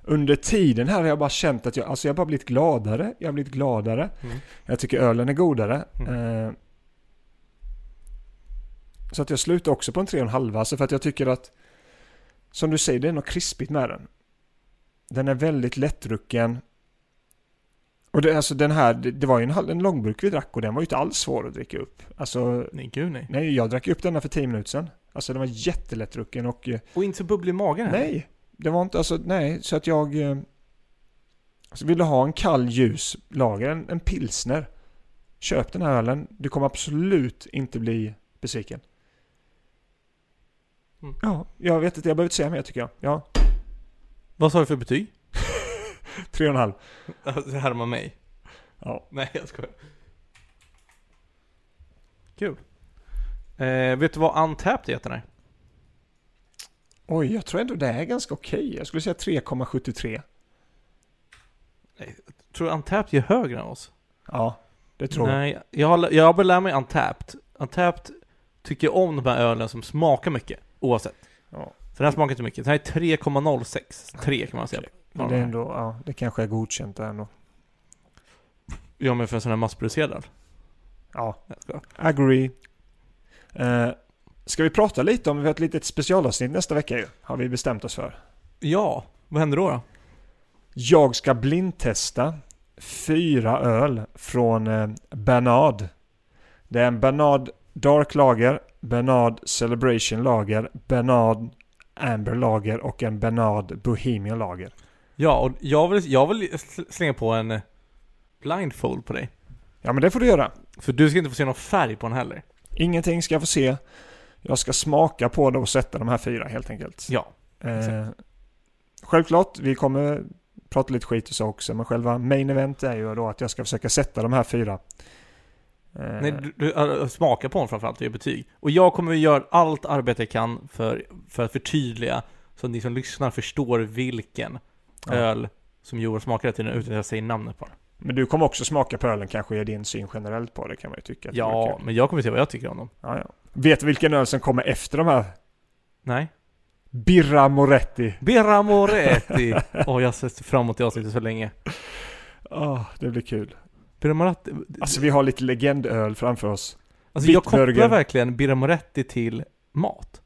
[SPEAKER 2] under tiden här har jag bara känt att jag, alltså jag har bara blivit gladare. Jag har blivit gladare.
[SPEAKER 1] Mm.
[SPEAKER 2] Jag tycker ölen är godare. Eh, så att jag slutar också på en 3,5 alltså för att jag tycker att som du säger, det är något krispigt med den. Den är väldigt lättdrucken. Och det, alltså den här, det, det var ju en, halv- en långburk vi drack och den var ju inte alls svår att dricka upp. Alltså,
[SPEAKER 1] Nej, gud nej.
[SPEAKER 2] nej jag drack upp denna för 10 minuter sedan. Alltså den var jättelättdrucken och eh,
[SPEAKER 1] Och inte så bubblig i magen heller.
[SPEAKER 2] Nej, det var inte, alltså nej, så att jag eh, alltså, ville ha en kall ljus lager, en, en pilsner. Köp den här ölen, du kommer absolut inte bli besviken.
[SPEAKER 1] Mm.
[SPEAKER 2] Ja, jag vet inte, jag behöver inte säga mer tycker jag. Ja,
[SPEAKER 1] Vad sa du för betyg?
[SPEAKER 2] tre och en halv.
[SPEAKER 1] Alltså, härma mig.
[SPEAKER 2] Ja.
[SPEAKER 1] Nej, jag skojar. Kul. Eh, vet du vad Untapped heter? Nej.
[SPEAKER 2] Oj, jag tror ändå det är ganska okej. Jag skulle säga 3,73.
[SPEAKER 1] Tror du Untapped är högre än oss?
[SPEAKER 2] Ja, det tror jag.
[SPEAKER 1] Nej, jag har, jag har börjat lära mig Untapped. Untapped tycker om de här ölen som smakar mycket, oavsett.
[SPEAKER 2] Ja.
[SPEAKER 1] Så den här smakar inte mycket. Den här är 3,06. 3 kan man säga.
[SPEAKER 2] Men det är ändå, ja, det kanske är godkänt där ändå.
[SPEAKER 1] Ja, men för en sån här massproducerad.
[SPEAKER 2] Ja,
[SPEAKER 1] Jag skojar.
[SPEAKER 2] Agree. Eh, ska vi prata lite om, vi har ett litet specialavsnitt nästa vecka ju, har vi bestämt oss för.
[SPEAKER 1] Ja, vad händer då? då?
[SPEAKER 2] Jag ska blindtesta fyra öl från eh, Bernard. Det är en Bernard Dark Lager, Bernard Celebration Lager, Bernard Amber Lager och en Bernard Bohemian Lager.
[SPEAKER 1] Ja, och jag vill, jag vill sl- slänga på en eh, blindfold på dig.
[SPEAKER 2] Ja men det får du göra.
[SPEAKER 1] För du ska inte få se någon färg på den heller.
[SPEAKER 2] Ingenting ska jag få se. Jag ska smaka på det och sätta de här fyra helt enkelt.
[SPEAKER 1] Ja.
[SPEAKER 2] Eh, självklart, vi kommer prata lite skit och så också, men själva main event är ju då att jag ska försöka sätta de här fyra. Eh,
[SPEAKER 1] Nej, du, du, äh, smaka på den framförallt och ge betyg. Och jag kommer att göra allt arbete jag kan för, för att förtydliga så att ni som lyssnar förstår vilken
[SPEAKER 2] Ja.
[SPEAKER 1] öl som Joel smakade till nu utan att jag säger namnet på den.
[SPEAKER 2] Men du kommer också smaka på ölen kanske, ge din syn generellt på det kan man ju tycka. att det vore
[SPEAKER 1] Ja,
[SPEAKER 2] kul.
[SPEAKER 1] men jag kommer se vad jag tycker om dem.
[SPEAKER 2] ja, ja. Vet du vilken öl som kommer efter de här?
[SPEAKER 1] Nej.
[SPEAKER 2] Birra Moretti.
[SPEAKER 1] Birra Moretti! Åh, jag har sett fram emot det avsnittet så länge.
[SPEAKER 2] Ah, det blir kul.
[SPEAKER 1] Birra Moretti...
[SPEAKER 2] Alltså vi har lite legendöl framför oss.
[SPEAKER 1] Alltså jag
[SPEAKER 2] Bitburger.
[SPEAKER 1] kopplar verkligen Birra Moretti till mat.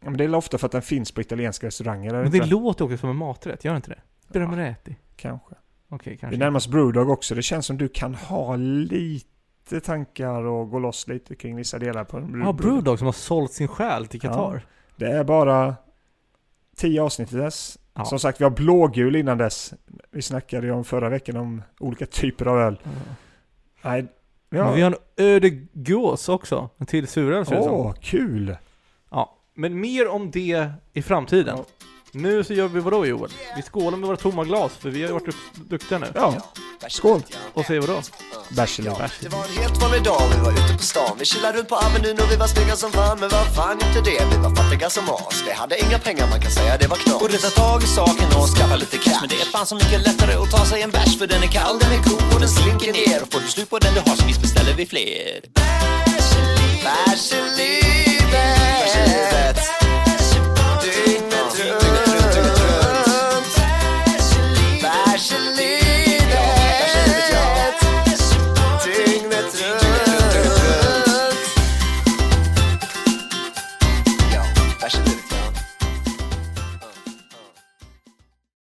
[SPEAKER 2] Ja, men det är ofta för att den finns på italienska restauranger. Eller
[SPEAKER 1] Men det
[SPEAKER 2] inte?
[SPEAKER 1] låter också som en maträtt, gör det inte det? Birra
[SPEAKER 2] Ja.
[SPEAKER 1] Moretti.
[SPEAKER 2] Kanske.
[SPEAKER 1] Okej,
[SPEAKER 2] Vi
[SPEAKER 1] kanske.
[SPEAKER 2] närmar oss Brewdog också. Det känns som du kan ha lite tankar och gå loss lite kring vissa delar på
[SPEAKER 1] Ja, ah, Brewdog som har sålt sin själ till Qatar.
[SPEAKER 2] Det är bara tio avsnitt till dess.
[SPEAKER 1] Ja.
[SPEAKER 2] Som sagt, vi har blågul innan dess. Vi snackade ju om förra veckan om olika typer av öl. Nej, ja.
[SPEAKER 1] Mm. Men vi har en ödegås också. En till suröl ser det som.
[SPEAKER 2] Åh, kul!
[SPEAKER 1] Ja. Men mer om det i framtiden.
[SPEAKER 2] Ja.
[SPEAKER 1] Nu så gör vi vadå Joel? Vi skålar med våra tomma glas för vi har ju varit duk- duktiga nu.
[SPEAKER 2] Ja, skål!
[SPEAKER 1] Och säger vadå?
[SPEAKER 2] Bachelor.
[SPEAKER 3] Det var en helt vanlig dag, vi var ute på stan Vi chillade runt på Avenyn och vi var snygga som fan Men vad fan inte det, vi var fattiga som as Vi hade inga pengar, man kan säga det var knas Borde ta tag i saken och skaffa lite cash Men det är fan så mycket lättare att ta sig en bärs För den är kall, den är god och den slinker ner Och får du slut på den du har så visst beställer vi fler Bärselin, Bärselin